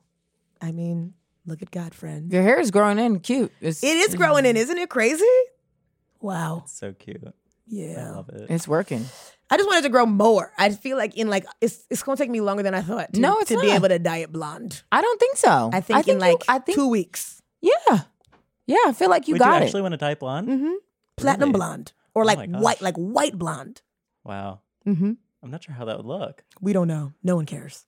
[SPEAKER 2] I mean, look at God, friend.
[SPEAKER 3] Your hair is growing in cute. It's,
[SPEAKER 2] It is growing in, isn't it crazy? Wow.
[SPEAKER 4] So cute. I
[SPEAKER 2] Yeah.
[SPEAKER 4] love it.
[SPEAKER 3] It's working.
[SPEAKER 2] I just wanted to grow more. I feel like in like it's it's gonna take me longer than I thought to,
[SPEAKER 3] No, it's
[SPEAKER 2] to be
[SPEAKER 3] not.
[SPEAKER 2] able to dye it blonde.
[SPEAKER 3] I don't think so.
[SPEAKER 2] I think, in
[SPEAKER 3] you-
[SPEAKER 2] like
[SPEAKER 3] I think,
[SPEAKER 2] two weeks.
[SPEAKER 3] yeah. Yeah, I feel like you
[SPEAKER 4] Would
[SPEAKER 3] got
[SPEAKER 4] you
[SPEAKER 3] it.
[SPEAKER 4] actually <laughs> want to type on?
[SPEAKER 2] Mm-hmm. Platinum
[SPEAKER 4] Really?
[SPEAKER 2] blonde. Or
[SPEAKER 4] Oh
[SPEAKER 2] like
[SPEAKER 4] my gosh.
[SPEAKER 2] white, like white blonde.
[SPEAKER 4] Wow.
[SPEAKER 2] Mm-hmm.
[SPEAKER 4] I'm not sure how that would look.
[SPEAKER 2] We don't know. No one cares.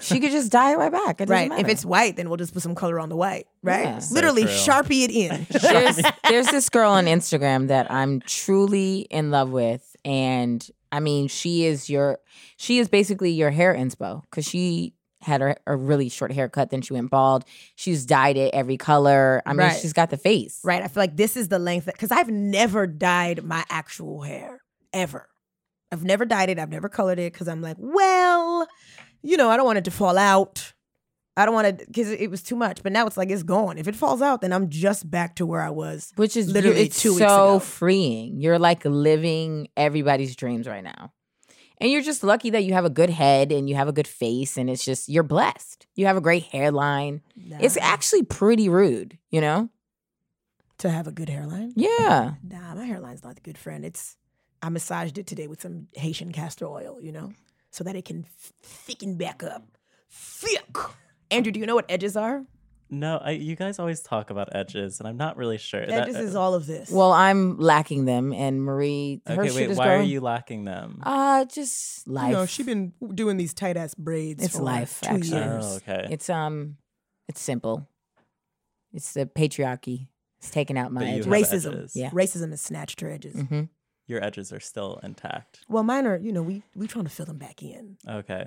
[SPEAKER 3] She could just dye it right back. It doesn't
[SPEAKER 2] Right. If
[SPEAKER 3] matter. <laughs>
[SPEAKER 2] it's white, then we'll just put some color on the white. Right.
[SPEAKER 3] Yeah. So
[SPEAKER 2] Literally
[SPEAKER 4] true.
[SPEAKER 2] sharpie it in. <laughs>
[SPEAKER 3] there's there's this girl on Instagram that I'm truly in love with, and I mean, she is your she is basically your hair inspo because she had her, a really short haircut, then she went bald. She's dyed it every color. I mean,
[SPEAKER 2] Right.
[SPEAKER 3] she's got the face.
[SPEAKER 2] Right. I feel like this is the length because I've never dyed my actual hair ever. I've never dyed it. I've never colored it because I'm like, well, you know, I don't want it to fall out. I don't want it because it was too much. But now it's like it's gone. If it falls out, then I'm just back to where I was.
[SPEAKER 3] Which is
[SPEAKER 2] Literally
[SPEAKER 3] literally it's
[SPEAKER 2] two
[SPEAKER 3] so
[SPEAKER 2] weeks ago.
[SPEAKER 3] freeing. You're like living everybody's dreams right now. And you're just lucky that you have a good head and you have a good face, and it's just, you're blessed. You have a great hairline. It's
[SPEAKER 2] Nah.
[SPEAKER 3] actually pretty rude, you know?
[SPEAKER 2] to have a good hairline.
[SPEAKER 3] Yeah.
[SPEAKER 2] Nah, my hairline's not a good friend. It's I massaged it today with some Haitian castor oil, you know, so that it can f- thicken back up. Thick. Andrew, do you know what edges are?
[SPEAKER 4] No, I, you guys always talk about edges, and I'm not really sure. uh,
[SPEAKER 2] Edges is all of this.
[SPEAKER 3] Well, I'm lacking them, and Marie, her
[SPEAKER 4] okay,
[SPEAKER 3] shit
[SPEAKER 4] wait.
[SPEAKER 3] is
[SPEAKER 4] Why are
[SPEAKER 3] growing.
[SPEAKER 4] you lacking them?
[SPEAKER 5] Oh.
[SPEAKER 3] Uh, just life.
[SPEAKER 5] You know, she been doing these tight ass braids.
[SPEAKER 3] It's
[SPEAKER 5] for
[SPEAKER 3] life,
[SPEAKER 5] Two
[SPEAKER 3] actually.
[SPEAKER 5] years.
[SPEAKER 4] oh, okay.
[SPEAKER 3] It's um, it's simple. It's the patriarchy. It's taking out my
[SPEAKER 4] But you
[SPEAKER 3] edges.
[SPEAKER 4] have
[SPEAKER 3] Race-
[SPEAKER 5] Racism.
[SPEAKER 4] edges.
[SPEAKER 3] Yeah.
[SPEAKER 5] Racism has snatched her edges.
[SPEAKER 3] Mhm.
[SPEAKER 4] Your edges are still intact.
[SPEAKER 5] Well, mine are. You know, we we trying to fill them back in.
[SPEAKER 4] Okay,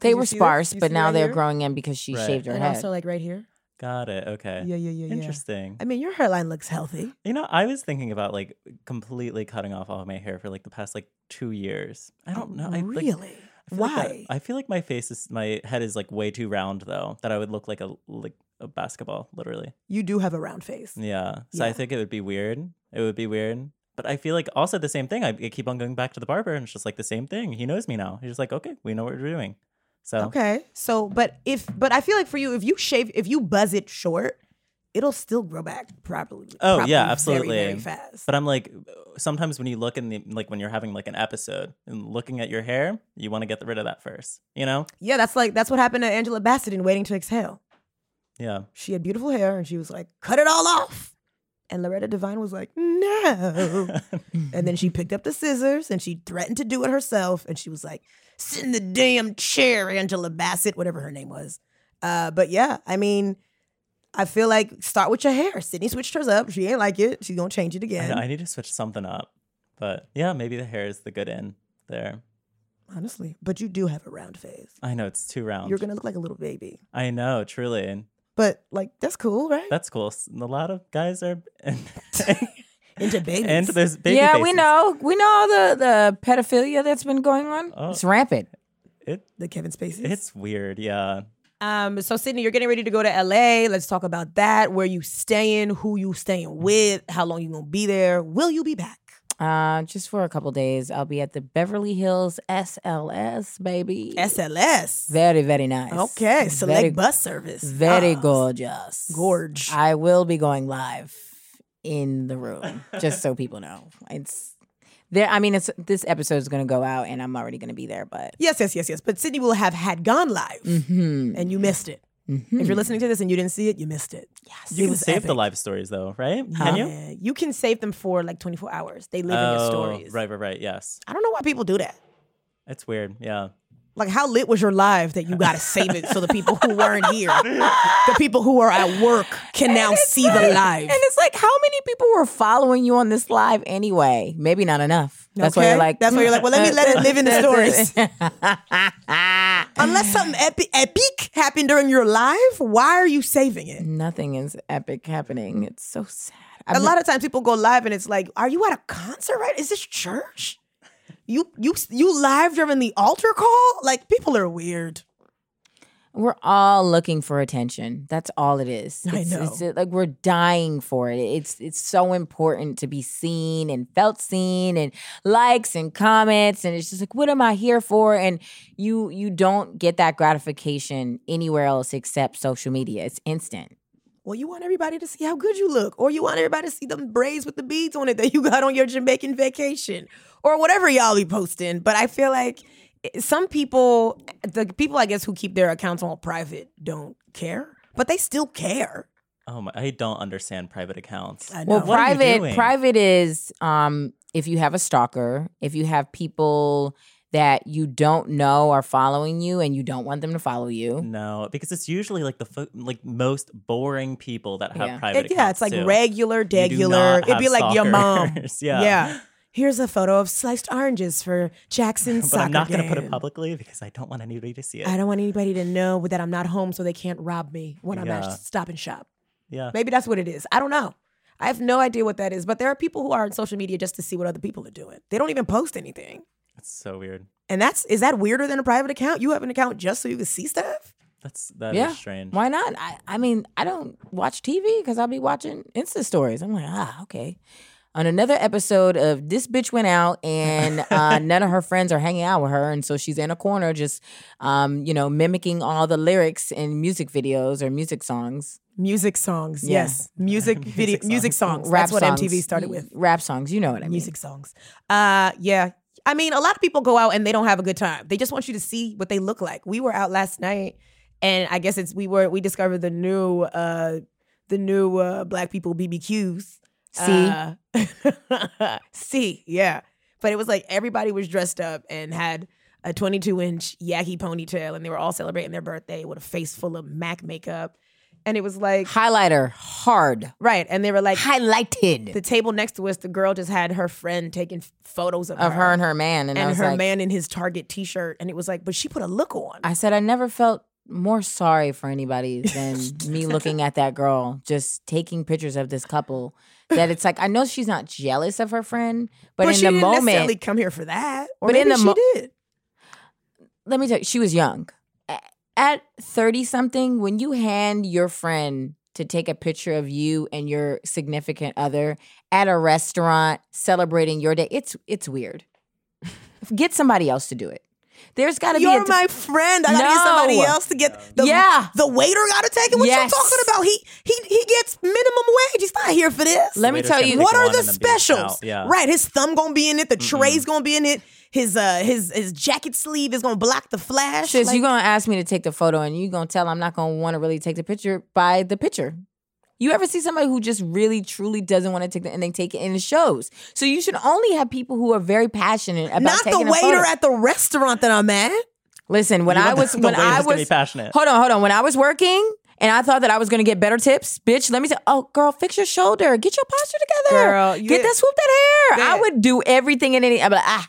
[SPEAKER 3] They
[SPEAKER 5] you
[SPEAKER 3] were
[SPEAKER 5] see this?
[SPEAKER 3] sparse,
[SPEAKER 5] You
[SPEAKER 3] but
[SPEAKER 5] see
[SPEAKER 3] now
[SPEAKER 5] right
[SPEAKER 3] they're
[SPEAKER 5] here?
[SPEAKER 3] growing in because she
[SPEAKER 4] Right.
[SPEAKER 3] shaved her
[SPEAKER 5] and
[SPEAKER 3] head.
[SPEAKER 5] also like right here.
[SPEAKER 4] got it. Okay,
[SPEAKER 5] Yeah, yeah, yeah, yeah.
[SPEAKER 4] interesting.
[SPEAKER 5] I mean, your hairline looks healthy.
[SPEAKER 4] You know, I was thinking about like completely cutting off all my hair for like the past like two years. I don't know. I,
[SPEAKER 5] really?
[SPEAKER 4] Like, I feel like that-
[SPEAKER 5] Why?
[SPEAKER 4] I feel like my face is my head is like way too round though that I would look like a like a basketball literally.
[SPEAKER 5] you do have a round face.
[SPEAKER 4] Yeah. So I
[SPEAKER 5] Yeah.
[SPEAKER 4] think it would be weird. It would be weird. But I feel like also the same thing. I, I keep on going back to the barber and it's just like the same thing. He knows me now. He's just like, okay, we know what we're doing. So
[SPEAKER 5] Okay.
[SPEAKER 2] so, but if, but I feel like for you, if you shave, if you buzz it short, it'll still grow back properly.
[SPEAKER 4] Oh,
[SPEAKER 2] properly
[SPEAKER 4] yeah,
[SPEAKER 2] very,
[SPEAKER 4] absolutely.
[SPEAKER 2] Very, fast.
[SPEAKER 4] But I'm like, uh, sometimes when you look in the like when you're having like an episode and looking at your hair, you want to get rid of that first. You know?
[SPEAKER 2] Yeah, that's like that's what happened to Angela Bassett in Waiting to Exhale.
[SPEAKER 4] Yeah.
[SPEAKER 2] She had beautiful hair, and she was like, "Cut it all off." And Loretta Devine was like, "No."
[SPEAKER 4] <laughs>
[SPEAKER 2] and then she picked up the scissors and she threatened to do it herself. And she was like, "Sit in the damn chair, Angela Bassett, whatever her name was." Uh, but yeah, I mean, I feel like start with your hair. Sydney switched hers up. She ain't like it. She's gonna change it
[SPEAKER 4] I-
[SPEAKER 2] again.
[SPEAKER 4] I, need to switch something up. But yeah, maybe the hair is the good end there.
[SPEAKER 5] Honestly, but you do have a round face.
[SPEAKER 4] I know it's too round.
[SPEAKER 5] You're gonna look like a little baby.
[SPEAKER 4] I know, truly.
[SPEAKER 5] But like, that's cool, right?
[SPEAKER 4] That's cool. S- A lot of guys are <laughs>
[SPEAKER 5] Into babies.
[SPEAKER 4] into those baby
[SPEAKER 3] yeah, we
[SPEAKER 4] faces.
[SPEAKER 3] know. We know all the the pedophilia that's been going on.
[SPEAKER 4] Oh.
[SPEAKER 3] It's rampant.
[SPEAKER 4] It
[SPEAKER 5] the Kevin Spacey.
[SPEAKER 4] it's weird, yeah.
[SPEAKER 2] Um, so Sydney, you're getting ready to go to LA. Let's talk about that. Where you staying? Who you staying with? How long you gonna be there? Will you be back?
[SPEAKER 3] Uh, just for a couple days, I'll be at the Beverly Hills SLS, baby.
[SPEAKER 2] SLS.
[SPEAKER 3] very very nice.
[SPEAKER 2] Okay, select
[SPEAKER 3] very,
[SPEAKER 2] bus service.
[SPEAKER 3] Very
[SPEAKER 2] Ah,
[SPEAKER 3] gorgeous.
[SPEAKER 2] Gorge.
[SPEAKER 3] I will be going live in the room, just so people know. It's there. I mean, it's this episode is going to go out, and I'm already going to be there. But
[SPEAKER 2] Yes, yes, yes, yes. But Sydney will have had gone live,
[SPEAKER 3] hmm
[SPEAKER 2] and you missed it.
[SPEAKER 3] hmm
[SPEAKER 2] If you're listening to this and you didn't see it, you missed it.
[SPEAKER 3] yes,
[SPEAKER 4] You
[SPEAKER 2] It
[SPEAKER 4] can
[SPEAKER 2] was
[SPEAKER 4] save the
[SPEAKER 2] epic.
[SPEAKER 4] live stories though, right?
[SPEAKER 2] Yeah,
[SPEAKER 4] Can you?
[SPEAKER 2] you can save them for like 24 hours. They live in your
[SPEAKER 4] Oh,
[SPEAKER 2] stories.
[SPEAKER 4] Right, right, right. Yes.
[SPEAKER 2] I don't know why people do that.
[SPEAKER 4] It's weird. Yeah.
[SPEAKER 2] Like, how lit was your live that you got to save it so the people who weren't here, the people who are at work, can now see the live?
[SPEAKER 3] And it's like, how many people were following you on this live anyway? Maybe not enough. That's why
[SPEAKER 2] Okay.
[SPEAKER 3] you're like.
[SPEAKER 2] That's why you're like, well, let
[SPEAKER 3] <laughs>
[SPEAKER 2] me
[SPEAKER 3] uh,
[SPEAKER 2] let it live in the
[SPEAKER 3] that's
[SPEAKER 2] stories.
[SPEAKER 3] it.
[SPEAKER 2] Unless something epi- epic happened during your live, why are you saving it?
[SPEAKER 3] <laughs> Nothing is epic happening. It's so sad.
[SPEAKER 2] A lot of times people go live and it's like, are you at a concert? Right? Is this church? You you you live during the altar call? Like people are weird.
[SPEAKER 3] We're all looking for attention. That's all it is.
[SPEAKER 5] I
[SPEAKER 3] It's-
[SPEAKER 5] know.
[SPEAKER 3] it's, uh, like we're dying for it. It's it's so important to be seen and felt seen and likes and comments and it's just like what am I here for? And you you don't get that gratification anywhere else except social media. It's instant.
[SPEAKER 2] Well, you want everybody to see how good you look, or you want everybody to see them braids with the beads on it that you <laughs> got on your Jamaican vacation, or whatever y'all be posting. But I feel like i- some people, the people I guess who keep their accounts on private, don't care, but they still care.
[SPEAKER 4] Oh my I don't understand private accounts.
[SPEAKER 5] I know.
[SPEAKER 3] Well,
[SPEAKER 4] What are you
[SPEAKER 3] private
[SPEAKER 4] doing?
[SPEAKER 3] private is um if you have a stalker, if you have people that you don't know are following you and you don't want them to follow you.
[SPEAKER 2] Mm.
[SPEAKER 4] No, because it's usually like the fo- like most boring people that have
[SPEAKER 3] Yeah.
[SPEAKER 4] private
[SPEAKER 2] It- yeah, it's
[SPEAKER 4] accounts,
[SPEAKER 2] like
[SPEAKER 4] too.
[SPEAKER 2] regular,
[SPEAKER 4] You do
[SPEAKER 2] degular.
[SPEAKER 4] not
[SPEAKER 2] It'd be
[SPEAKER 4] have
[SPEAKER 2] like your mom.
[SPEAKER 4] stalkers. <laughs> yeah.
[SPEAKER 2] Yeah. Here's a photo of sliced oranges for Jackson's
[SPEAKER 4] <laughs> But
[SPEAKER 2] soccer
[SPEAKER 4] I'm not going to
[SPEAKER 2] game.
[SPEAKER 4] put it publicly because I don't want anybody to see it.
[SPEAKER 2] I don't want anybody to know that I'm not home so they can't rob me when I'm
[SPEAKER 4] Yeah.
[SPEAKER 2] at Stop and Shop. <laughs>
[SPEAKER 4] yeah.
[SPEAKER 2] Maybe that's what it is. I don't know. I have no idea what that is, but there are people who are on social media just to see what other people are doing. They don't even post anything.
[SPEAKER 4] It's so weird.
[SPEAKER 2] And that's is that weirder than a private account? You have an account just so you can see stuff?
[SPEAKER 4] That's that is
[SPEAKER 3] Yeah.
[SPEAKER 4] strange.
[SPEAKER 3] Why not? I, I mean, I don't watch TV because I'll be watching Insta stories. I'm like, ah, okay. On another episode of This Bitch Went Out,
[SPEAKER 2] <laughs>
[SPEAKER 3] and uh, none of her friends are hanging out with her. And so she's in a corner just, um, you know, mimicking all the lyrics in music videos or music songs.
[SPEAKER 2] Music songs.
[SPEAKER 3] Yeah.
[SPEAKER 2] Yes. <laughs> Music
[SPEAKER 4] Music
[SPEAKER 2] video
[SPEAKER 4] songs.
[SPEAKER 2] music songs.
[SPEAKER 3] Rap
[SPEAKER 2] that's what
[SPEAKER 3] songs.
[SPEAKER 2] MTV started
[SPEAKER 3] Y-
[SPEAKER 2] with.
[SPEAKER 3] Rap songs, you know what I mean.
[SPEAKER 2] Music songs. Uh yeah. I mean, a lot of people go out and they don't have a good time. They just want you to see what they look like. We were out last night and I guess it's we were we discovered the new uh the new uh black people BBQs.
[SPEAKER 3] See?
[SPEAKER 2] Uh, <laughs> see, yeah. But it was like everybody was dressed up and had a 22 inch yaki ponytail, and they were all celebrating their birthday with a face full of Mac makeup. And it was like,
[SPEAKER 3] Highlighter hard.
[SPEAKER 2] right. And they were like,
[SPEAKER 3] Highlighted.
[SPEAKER 2] the table next to us, the girl just had her friend taking f- photos of,
[SPEAKER 3] of her and her man. And, I
[SPEAKER 2] and
[SPEAKER 3] was
[SPEAKER 2] her
[SPEAKER 3] like,
[SPEAKER 2] man in his Target t shirt. And it was like, but she put a look on.
[SPEAKER 3] I said I never felt more sorry
[SPEAKER 2] <laughs>
[SPEAKER 3] for anybody than me looking at that girl just taking pictures of this couple. That it's like I know she's not jealous of her friend, but, in
[SPEAKER 2] she
[SPEAKER 3] the
[SPEAKER 2] didn't necessarily
[SPEAKER 3] moment,
[SPEAKER 2] come here for that. Or
[SPEAKER 3] But in
[SPEAKER 2] maybe
[SPEAKER 3] the
[SPEAKER 2] she
[SPEAKER 3] mo-
[SPEAKER 2] did.
[SPEAKER 3] let me tell you, she was young. A- At thirty something, when you hand your friend to take a picture of you and your significant other at a restaurant celebrating your day, it's
[SPEAKER 5] <laughs>
[SPEAKER 3] it's weird. Get somebody else to do it. There's got to be a
[SPEAKER 5] You're
[SPEAKER 3] di-
[SPEAKER 5] my friend. I gotta get somebody
[SPEAKER 3] No.
[SPEAKER 5] else to get the
[SPEAKER 3] Yeah.
[SPEAKER 5] The waiter gotta take it. What
[SPEAKER 3] Yes.
[SPEAKER 5] you talking about? He he he gets minimum wage. He's not here for this.
[SPEAKER 3] Let me
[SPEAKER 4] Waiter's
[SPEAKER 3] tell
[SPEAKER 4] gonna
[SPEAKER 3] you-
[SPEAKER 4] take
[SPEAKER 5] what
[SPEAKER 4] one
[SPEAKER 5] are the
[SPEAKER 4] and then be out.
[SPEAKER 5] specials?
[SPEAKER 4] Yeah.
[SPEAKER 5] Right. His thumb gonna be in it. The tray's gonna be in it. His uh his his jacket sleeve is gonna block the flash.
[SPEAKER 3] Sis,
[SPEAKER 5] Like,
[SPEAKER 3] you gonna ask me to take the photo and you gonna tell I'm not gonna wanna really take the picture by the picture. You ever see somebody who just really truly doesn't want to take the and they take it in the shows? So you should only have people who are very passionate about
[SPEAKER 5] not the
[SPEAKER 3] taking a
[SPEAKER 5] waiter
[SPEAKER 3] photo.
[SPEAKER 5] at the restaurant that I'm at.
[SPEAKER 3] Listen, when
[SPEAKER 4] You
[SPEAKER 3] I
[SPEAKER 4] want
[SPEAKER 3] was
[SPEAKER 4] <laughs> the
[SPEAKER 3] when I
[SPEAKER 4] waiters to be
[SPEAKER 3] was
[SPEAKER 4] passionate.
[SPEAKER 3] Hold on, hold on. When I was working and I thought that I was gonna get better tips, bitch. Let me tell. Oh, girl, fix your shoulder. Get your posture together.
[SPEAKER 2] Girl, you-
[SPEAKER 3] get that swoop that hair. I
[SPEAKER 2] Yeah.
[SPEAKER 3] would do everything and any. I'm like, ah.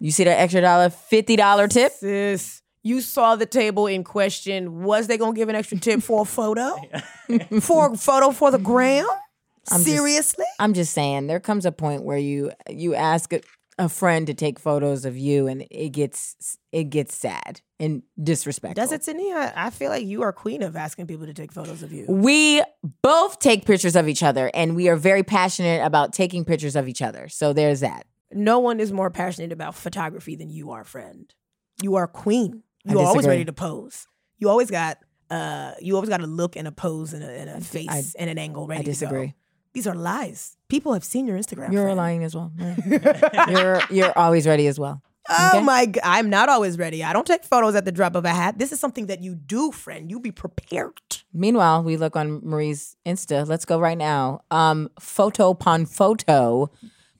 [SPEAKER 3] You see that extra dollar, fifty dollar tip?
[SPEAKER 2] Sis, you saw the table in question. Was they gonna give an extra tip for a <laughs> photo?
[SPEAKER 5] For a photo for the gram.
[SPEAKER 3] I'm just-
[SPEAKER 5] Seriously?
[SPEAKER 3] I'm just saying there comes a point where you you ask a, a friend to take photos of you and it gets it gets sad and disrespectful.
[SPEAKER 2] Does it, Tania? I feel like you are queen of asking people to take photos of you.
[SPEAKER 3] We both take pictures of each other and we are very passionate about taking pictures of each other. So there's that.
[SPEAKER 2] No one is more passionate about photography than you are, friend.
[SPEAKER 5] You are queen.
[SPEAKER 3] I
[SPEAKER 5] You are always
[SPEAKER 3] disagree.
[SPEAKER 5] ready to pose.
[SPEAKER 2] You always got uh you always got a look and a pose and a, and a face and an angle ready
[SPEAKER 3] I
[SPEAKER 2] to
[SPEAKER 3] disagree.
[SPEAKER 2] go. These are lies. People have seen your Instagram.
[SPEAKER 3] You're
[SPEAKER 2] friend.
[SPEAKER 3] lying as <laughs> well. you're you're always ready as well.
[SPEAKER 2] Oh
[SPEAKER 3] Okay.
[SPEAKER 2] my god, I'm not always ready. I don't take photos at the drop of a hat. This is something that you do, friend. You be prepared.
[SPEAKER 3] Meanwhile, we look on Marie's Insta. Let's go right now. Um, photo upon photo,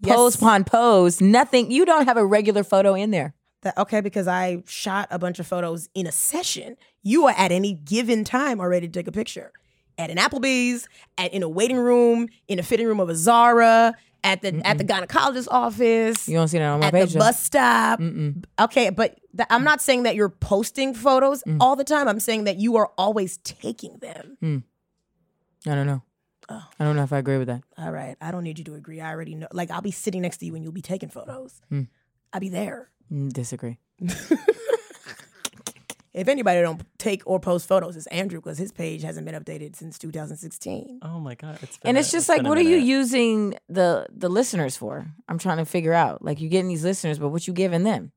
[SPEAKER 3] pose upon pose. Nothing. You don't have a regular photo in there.
[SPEAKER 2] that okay because I shot a bunch of photos in a session. You are at any given time are ready to take a picture at an Applebee's, at in a waiting room, in a fitting room of a Zara, at the at the gynecologist's office,
[SPEAKER 3] You don't see that on my
[SPEAKER 2] at
[SPEAKER 3] page.
[SPEAKER 2] the
[SPEAKER 3] though.
[SPEAKER 2] bus stop. Okay, but th- I'm not saying that you're posting photos
[SPEAKER 3] Mm.
[SPEAKER 2] all the time. I'm saying that you are always taking them.
[SPEAKER 3] I don't know. I don't know if I agree with that.
[SPEAKER 2] All right, I don't need you to agree. I already know. Like I'll be sitting next to you and you'll be taking photos.
[SPEAKER 4] Hmm.
[SPEAKER 2] I'll be there.
[SPEAKER 3] Mm, disagree.
[SPEAKER 2] If anybody don't take or post photos, it's Andrew because his page hasn't been updated since 2016.
[SPEAKER 4] Oh my god, it's been
[SPEAKER 3] And
[SPEAKER 4] a-
[SPEAKER 3] it's just
[SPEAKER 4] been
[SPEAKER 3] like,
[SPEAKER 4] a
[SPEAKER 3] what are you
[SPEAKER 4] minute.
[SPEAKER 3] using the the listeners for? I'm trying to figure out. Like, you're getting these listeners, but what you giving them?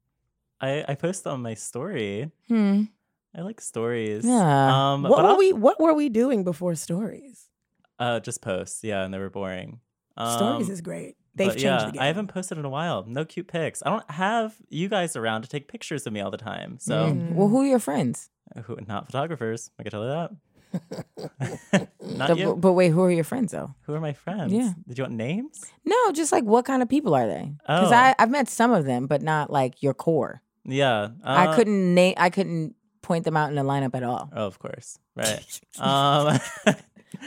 [SPEAKER 4] I I post on my story.
[SPEAKER 3] Hmm.
[SPEAKER 4] I like stories.
[SPEAKER 3] Yeah.
[SPEAKER 4] Um,
[SPEAKER 2] What
[SPEAKER 4] but
[SPEAKER 2] were
[SPEAKER 4] I'll-
[SPEAKER 2] we What were we doing before stories?
[SPEAKER 4] Uh, just posts. Yeah, and they were boring. Um,
[SPEAKER 2] stories is great. They've
[SPEAKER 4] but
[SPEAKER 2] changed
[SPEAKER 4] yeah,
[SPEAKER 2] the game.
[SPEAKER 4] I haven't posted in a while. No cute pics. I don't have you guys around to take pictures of me all the time. So
[SPEAKER 3] Well, who are your friends?
[SPEAKER 2] Mm.
[SPEAKER 4] who, not photographers. I can tell you that.
[SPEAKER 2] <laughs>
[SPEAKER 4] not
[SPEAKER 3] The-
[SPEAKER 4] you.
[SPEAKER 3] But wait, who are your friends though?
[SPEAKER 4] Who are my friends?
[SPEAKER 3] Yeah.
[SPEAKER 4] Did you want names?
[SPEAKER 3] No, just like what kind of people are they? Because
[SPEAKER 4] Oh.
[SPEAKER 3] I I've met some of them, but not like your core.
[SPEAKER 4] Yeah.
[SPEAKER 3] I
[SPEAKER 4] uh,
[SPEAKER 3] couldn't name. I couldn't point them out in a lineup at all.
[SPEAKER 4] Oh, of course. Right. <laughs> um,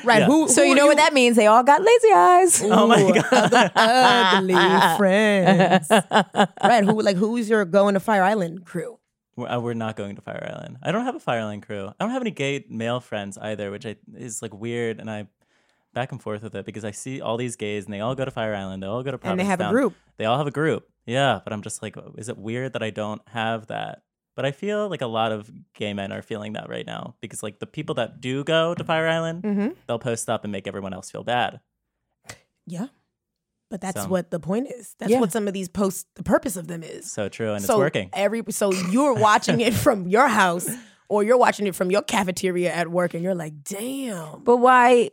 [SPEAKER 2] right.
[SPEAKER 4] yeah.
[SPEAKER 2] Who?
[SPEAKER 3] So
[SPEAKER 2] who
[SPEAKER 3] you
[SPEAKER 2] are
[SPEAKER 3] know what that means? They all got lazy eyes.
[SPEAKER 4] Oh my god.
[SPEAKER 2] <laughs> ugly
[SPEAKER 4] <laughs>
[SPEAKER 2] friends.
[SPEAKER 3] <laughs>
[SPEAKER 2] right. Who? Like who's your going to Fire Island crew?
[SPEAKER 4] We're, uh, we're not going to Fire Island. I don't have a Fire Island crew. I don't have any gay male friends either, which I, is like weird. And I back and forth with it because I see all these gays and they all go to Fire Island. They all go to
[SPEAKER 2] And they
[SPEAKER 4] Providence
[SPEAKER 2] have a
[SPEAKER 4] Town.
[SPEAKER 2] group.
[SPEAKER 4] They all have a group. Yeah, but I'm just like, "Oh, is it weird that I don't have that? But I feel like a lot of gay men are feeling that right now because like the people that do go to Fire Island,
[SPEAKER 2] Mm. Mm-hmm.
[SPEAKER 4] they'll post up and make everyone else feel bad.
[SPEAKER 2] Yeah. But that's
[SPEAKER 4] So-
[SPEAKER 2] what the point is. That's
[SPEAKER 3] Yeah.
[SPEAKER 2] what some of these posts. The purpose of them is.
[SPEAKER 4] So true, and it's working.
[SPEAKER 2] Every so eh, you're watching it
[SPEAKER 4] <laughs>
[SPEAKER 2] from your house or you're watching it from your cafeteria at work, and you're like, damn.
[SPEAKER 3] But why?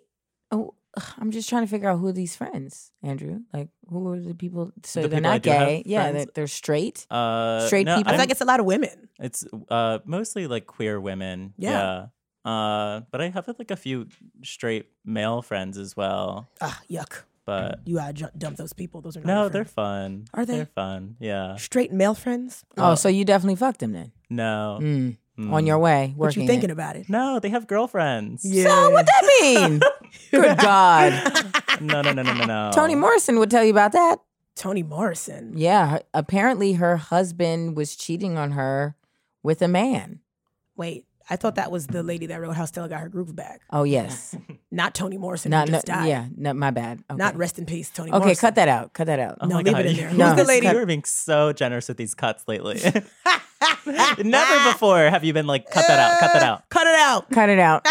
[SPEAKER 3] oh, ugh, I'm just trying to figure out who are these friends, Andrew. Like, who are the people? So
[SPEAKER 4] The
[SPEAKER 3] they're
[SPEAKER 4] people I
[SPEAKER 3] not
[SPEAKER 4] do have
[SPEAKER 3] gay. Yeah,
[SPEAKER 4] friends?
[SPEAKER 3] they're, they're straight.
[SPEAKER 4] Uh,
[SPEAKER 3] Straight
[SPEAKER 4] no,
[SPEAKER 3] people.
[SPEAKER 2] I
[SPEAKER 4] I'm-
[SPEAKER 2] feel like it's a lot of women.
[SPEAKER 4] It's uh mostly like queer women.
[SPEAKER 2] Yeah.
[SPEAKER 4] Yeah. Uh, but I have like a few straight male friends as well.
[SPEAKER 2] Ah, yuck.
[SPEAKER 4] But
[SPEAKER 2] You gotta ju- dump those people. Those are Mm. not
[SPEAKER 4] no,
[SPEAKER 2] your
[SPEAKER 4] they're
[SPEAKER 2] friends.
[SPEAKER 4] fun.
[SPEAKER 2] Are they?
[SPEAKER 4] They're fun. Yeah.
[SPEAKER 2] straight male friends.
[SPEAKER 3] Oh, so you definitely fucked them then.
[SPEAKER 4] No.
[SPEAKER 3] Mm.
[SPEAKER 4] Mm.
[SPEAKER 3] On your way,
[SPEAKER 2] What
[SPEAKER 3] working.
[SPEAKER 2] you
[SPEAKER 3] it.
[SPEAKER 2] thinking about it?
[SPEAKER 4] No, they have girlfriends.
[SPEAKER 3] So what that
[SPEAKER 4] <laughs>
[SPEAKER 3] mean? Good God,
[SPEAKER 4] No, no, no, no,
[SPEAKER 3] <laughs>
[SPEAKER 4] no, no.
[SPEAKER 3] Toni Morrison would tell you about that.
[SPEAKER 2] Toni Morrison.
[SPEAKER 3] Um, Yeah, her- apparently her husband was cheating on her with a man.
[SPEAKER 2] Wait, I thought that was the lady that wrote How Stella Got Her Groove Back.
[SPEAKER 3] Oh yes,
[SPEAKER 2] Not Toni Morrison.
[SPEAKER 3] not,
[SPEAKER 2] who
[SPEAKER 3] no,
[SPEAKER 2] just died.
[SPEAKER 3] yeah, no, my bad. Okay.
[SPEAKER 2] Not rest in peace, Toni.
[SPEAKER 3] Okay,
[SPEAKER 2] Morrison.
[SPEAKER 3] cut that out. Cut that out.
[SPEAKER 4] Oh
[SPEAKER 2] No,
[SPEAKER 4] my
[SPEAKER 2] leave
[SPEAKER 4] God.
[SPEAKER 2] it in there.
[SPEAKER 3] No.
[SPEAKER 2] Who's the lady?
[SPEAKER 4] You are being so generous with these cuts lately.
[SPEAKER 3] <laughs>
[SPEAKER 4] Never before have you been like, cut that out, cut that out.
[SPEAKER 2] Cut it out.
[SPEAKER 3] <laughs> Uh, Cut it out.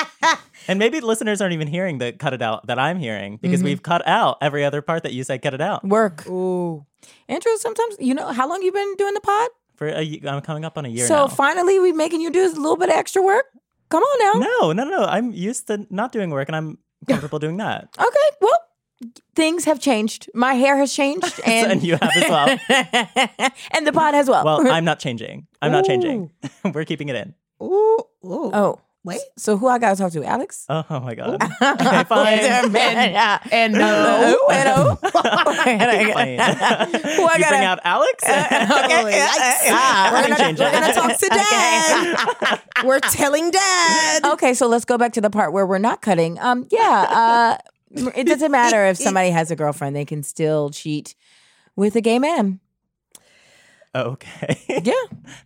[SPEAKER 4] And maybe listeners aren't even hearing the cut it out that I'm hearing because
[SPEAKER 3] Mm-hmm.
[SPEAKER 4] we've cut out every other part that you said cut it out.
[SPEAKER 3] Work. Ooh, Andrew. Sometimes you know how long you been doing the pod.
[SPEAKER 4] For a, y- I'm coming up on a year
[SPEAKER 3] so
[SPEAKER 4] now.
[SPEAKER 3] finally, we making you do a little bit of extra work. Come on now.
[SPEAKER 4] no, no, no. I'm used to not doing work and I'm comfortable doing that.
[SPEAKER 3] Okay. Well, things have changed. My hair has changed, <laughs> and
[SPEAKER 4] And you have
[SPEAKER 3] <laughs>
[SPEAKER 4] as well.
[SPEAKER 3] and the pod as well. <laughs>
[SPEAKER 4] Well, I'm not changing. I'm not changing. <laughs> We're keeping it in.
[SPEAKER 2] Ooh, ooh.
[SPEAKER 3] oh
[SPEAKER 2] Wait.
[SPEAKER 3] So who I gotta talk to? Alex.
[SPEAKER 4] Oh, my God. <laughs>
[SPEAKER 3] <laughs>
[SPEAKER 4] okay, fine.
[SPEAKER 3] and
[SPEAKER 2] no.
[SPEAKER 3] who and <laughs> who?
[SPEAKER 4] Fine.
[SPEAKER 3] <laughs> Who I
[SPEAKER 4] you bring <laughs>
[SPEAKER 3] gotta?
[SPEAKER 4] out Alex?
[SPEAKER 3] <laughs> Okay.
[SPEAKER 4] We're
[SPEAKER 3] Ah.
[SPEAKER 4] gonna change
[SPEAKER 2] We're
[SPEAKER 4] it.
[SPEAKER 2] gonna talk
[SPEAKER 3] <laughs>
[SPEAKER 2] to dad. We're telling dad.
[SPEAKER 3] Okay, so let's go back to the part where we're not cutting. Um, yeah, uh, it doesn't matter if somebody has a girlfriend; they can still cheat with a gay man.
[SPEAKER 4] Okay.
[SPEAKER 3] Yeah.